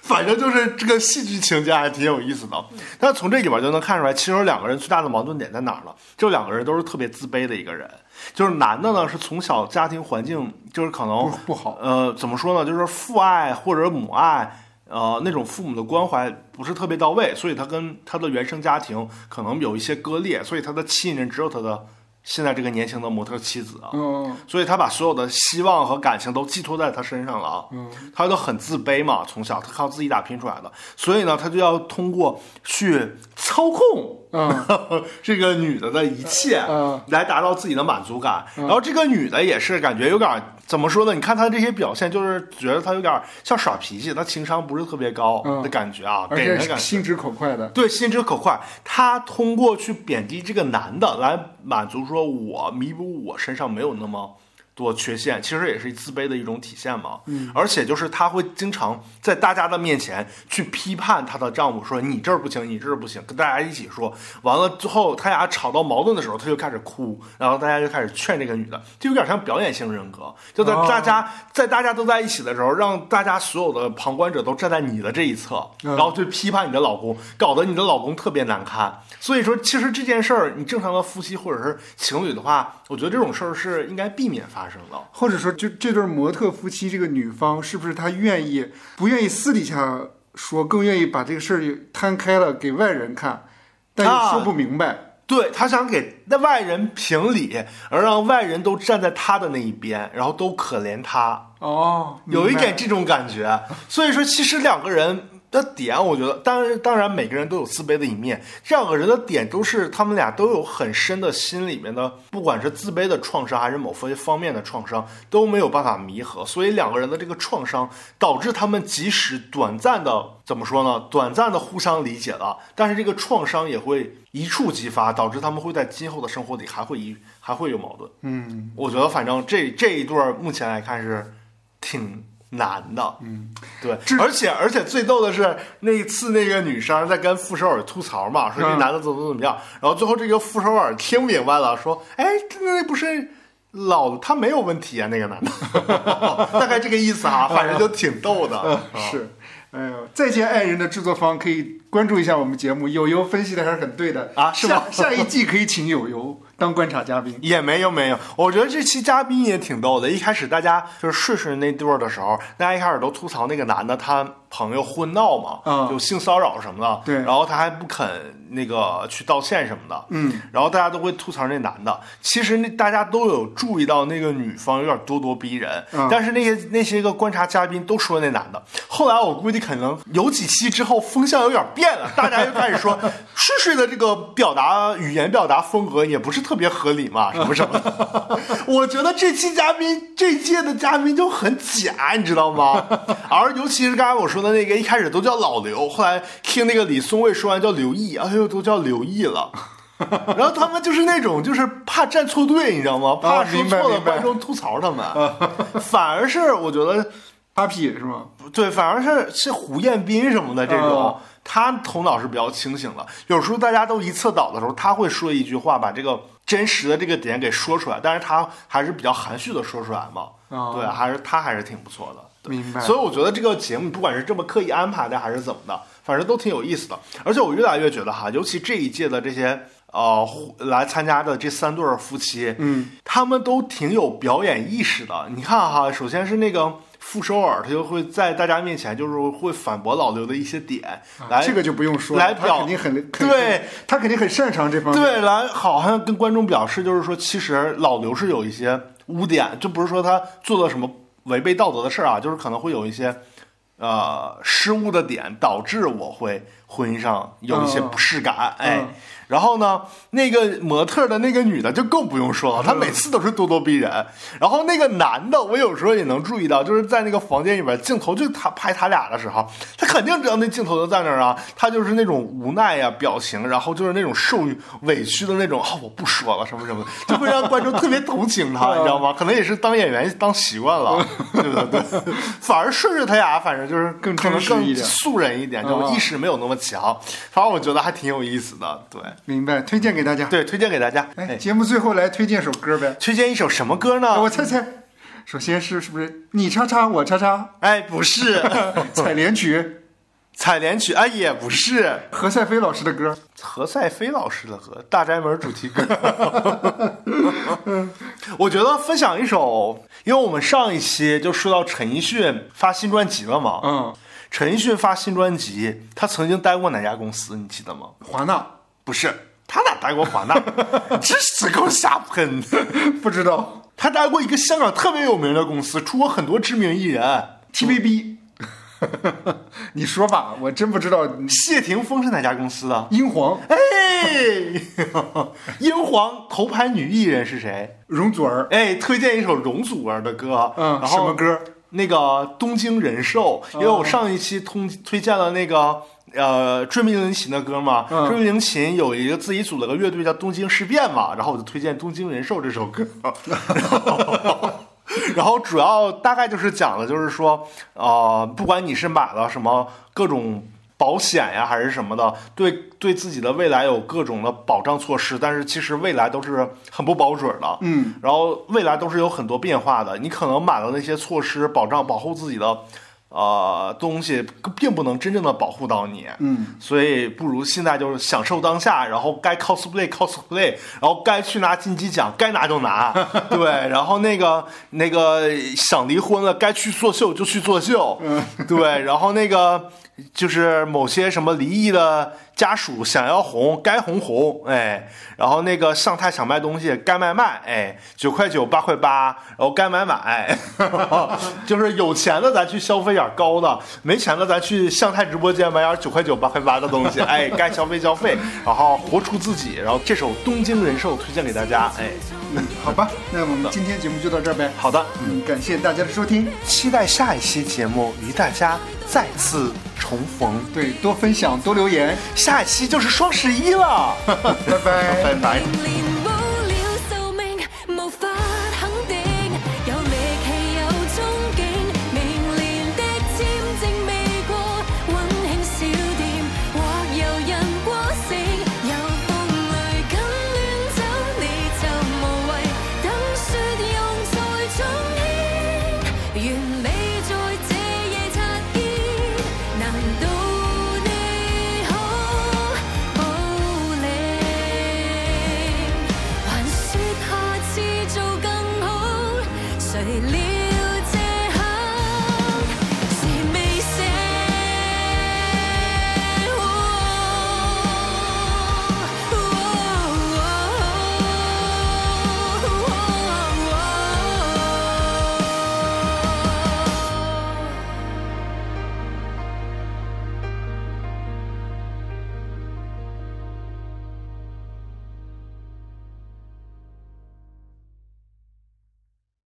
B: 反正就是这个戏剧情节还挺有意思的。但从这里边就能看出来，其实两个人最大的矛盾点在哪儿了？就两个人都是特别自卑的一个人。就是男的呢，是从小家庭环境就是可能
A: 不不好，
B: 呃，怎么说呢？就是父爱或者母爱，呃，那种父母的关怀不是特别到位，所以他跟他的原生家庭可能有一些割裂，所以他的吸引人只有他的现在这个年轻的模特妻子啊。
A: 嗯
B: 所以他把所有的希望和感情都寄托在他身上了啊。
A: 嗯，
B: 他都很自卑嘛，从小他靠自己打拼出来的，所以呢，他就要通过去操控
A: 嗯
B: 这个女的的一切，
A: 嗯
B: 来达到自己的满足感。然后这个女的也是感觉有点儿怎么说呢？你看她这些表现，就是觉得她有点儿像耍脾气，她情商不是特别高
A: 嗯
B: 的感觉啊，
A: 而
B: 给人
A: 且
B: 的感
A: 是
B: 觉。
A: 心直口快的，
B: 对，心直口快。他通过去贬低这个男的来满足，说我弥补我身上没有那么多缺陷，其实也是自卑的一种体现嘛。嗯，而且就是他会经常在大家的面前去批判她的丈夫，说你这儿不行，你这儿不行，跟大家一起说。完了之后，他俩吵到矛盾的时候，他就开始哭，然后大家就开始劝这个女的，就有点像表演性人格，就在
A: 哦
B: 大家、在大家都在一起的时候，让大家所有的旁观者都站在你的这一侧，
A: 嗯
B: 然后去批判你的老公，搞得你的老公特别难堪。所以说，其实这件事儿，你正常的夫妻或者是情侣的话，我觉得这种事儿是应该避免发生的。
A: 或者说就这对模特夫妻，这个女方是不是她愿意不愿意私底下说，更愿意把这个事儿摊开了给外人看，但
B: 啊
A: 又说不明白，
B: 对他想给那外人评理，而让外人都站在他的那一边，然后都可怜他。
A: 哦，
B: 有一
A: 明白
B: 点这种感觉。所以说，其实两个人的点，我觉得，当然，当然，每个人都有自卑的一面。这两个人的点都是他们俩都有很深的心里面的，不管是自卑的创伤，还是某些方面的创伤，都没有办法弥合。所以两个人的这个创伤，导致他们即使短暂的怎么说呢，短暂的互相理解了，但是这个创伤也会一触即发，导致他们会在今后的生活里还会一还会有矛盾。
A: 嗯。
B: 我觉得反正这这一对儿目前来看是挺难的，嗯，对，而且而且最逗的是那一次那个女生在跟傅首尔吐槽嘛，说这
A: 嗯
B: 男的怎么怎么样，然后最后这个傅首尔听明白了，说，哎，那不是。老他没有问题啊，那个男的， 大概这个意思啊，反正就挺逗的。 啊
A: 是，哎呦，再见爱人的制作方可以关注一下我们节目，友友分析的还是很对的
B: 啊是吗
A: 下下一季可以请友友当观察嘉宾。
B: 也没有没有，我觉得这期嘉宾也挺逗的。一开始大家就是顺顺那对儿的时候，大家一开始都吐槽那个男的他朋友婚闹嘛，
A: 嗯
B: 就性骚扰什么的，
A: 对
B: 然后他还不肯那个去道歉什么的，
A: 嗯，
B: 然后大家都会吐槽那男的。其实那大家都有注意到那个女方有点咄咄逼人，
A: 嗯
B: 但是那些那些个观察嘉宾都说那男的。后来我估计可能有几期之后风向有点变了，大家又开始说睡睡的这个表达语言表达风格也不是特别合 理嘛，什么什么的。我觉得这期嘉宾这届的嘉宾就很假，你知道 吗？而尤其是刚才我说的那个，一开始都叫老刘，后来听那个李松蔚说完叫刘毅，哎呦都叫刘 毅了。然后他们就是那种，就是怕站错队，你知道吗？怕
A: 啊
B: 说
A: 明白
B: 错了
A: 明白
B: 观众吐槽他们，反而是我觉得，
A: Happy 是吗？
B: 对，反而是是胡彦斌什么的这种
A: 啊，
B: 他头脑是比较清醒的。有时候大家都一侧倒的时候，他会说一句话，把这个真实的这个点给说出来，但是他还是比较含蓄的说出来嘛。
A: 啊
B: 对，还是他还是挺不错的。对
A: 明白
B: 所以我觉得这个节目不管是这么刻意安排的，还是怎么的，反正都挺有意思的。而且我越来越觉得哈，尤其这一届的这些呃互来参加的这三对儿夫妻，嗯，他们都挺有表演意识的。你看哈，首先是那个。傅首尔，他就会在大家面前，就是会反驳老刘的一些点，来
A: 这个就不用说了，
B: 来
A: 他
B: 表
A: 肯定很很
B: 对，
A: 他肯定很擅长这方面。
B: 对，来好像跟观众表示，就是说，其实老刘是有一些污点，就不是说他做了什么违背道德的事儿啊，就是可能会有一些呃失误的点，导致我会婚姻上有一些
A: 嗯
B: 不适感，哎。
A: 嗯
B: 然后呢，那个模特的那个女的就更不用
A: 嗯
B: 说了，她每次都是咄咄逼人。然后那个男的，我有时候也能注意到，就是在那个房间里边，镜头就他拍他俩的时候，他肯定知道那镜头就在那儿啊，他就是那种无奈呀、表情，然后就是那种受委屈的那种啊、我不说了什么什么的，就会让观众特别同 情
A: 嗯
B: 他，你知道吗？可能也是当演员当习惯了，对不对？ 对反而顺着他俩，反正就是
A: 更
B: 可能
A: 真实
B: 更
A: 一点
B: 素人一点，就
A: 嗯
B: 意识没有那么强。反正我觉得还挺有意思的，对。
A: 明白，推荐给大家。
B: 对，啊推荐给大家。
A: 哎，
B: 哎，
A: 节目最后来推荐首歌呗。
B: 推荐一首什么歌
A: 哎
B: 呢
A: 我？猜猜，首先是是不是你叉叉我叉 叉
B: 哎，不是
A: 采莲曲，
B: 采莲曲，哎，也不是
A: 何赛飞老师的歌。
B: 何赛飞老师的歌《大宅门》主题歌。 我觉得分享一首，因为我们上一期就说到陈奕迅发新专辑了嘛。
A: 嗯，
B: 陈奕迅发新专辑，他曾经待过哪家公司？你记得吗？
A: 华纳
B: 不是，他哪待过 华纳？这是给我瞎喷。
A: 不知道
B: 他待过一个香港特别有名的公司，出过很多知名艺人。
A: TVB，你说吧，我真不知道。
B: 谢霆锋是哪家公司的？
A: 英皇
B: 哎， 英皇头牌女艺人是谁？
A: 容祖儿，
B: 哎，推荐一首容祖儿的歌，
A: 嗯
B: 然后
A: 什么歌？嗯
B: 那个《东京人寿》，因为我上一期通推荐了那个。呃，追命林琴的歌嘛，
A: 嗯
B: 追命林琴有一个自己组了个乐队叫东京事变嘛，然后我就推荐《东京人寿》这首歌， 然后主要大概就是讲的，就是说，呃，不管你是买了什么各种保险呀，还是什么的，对对自己的未来有各种的保障措施，但是其实未来都是很不保准的。
A: 嗯，
B: 然后未来都是有很多变化的，你可能买了那些措施保障保护自己的。呃，东西并不能真正的保护到你，
A: 嗯，
B: 所以不如现在就是享受当下，然后该 cosplay cosplay，然后该去拿金鸡奖 该拿就拿，对，然后那个那个想离婚了该去作秀就去作秀，对，然后那个就是某些什么离异的家属想要红该红红，哎，然后那个上泰想卖东西该卖卖，哎，九块九八块八，然后该买买， 就是有钱的咱去消费点高的，没钱的咱去向太直播间买点九块九八块八的东西，哎，该消费消费，然后活出自己，然后这首《东京人寿》推荐给大家，哎，
A: 嗯，好吧，那我们今天节目就到这儿呗。
B: 好的，
A: 嗯，感谢大家的收听，
B: 期待下一期节目与大家再次重逢，
A: 对，多分享，多留言，
B: 下一期就是双十一了，
A: 拜拜。
B: 拜拜。
D: Bye.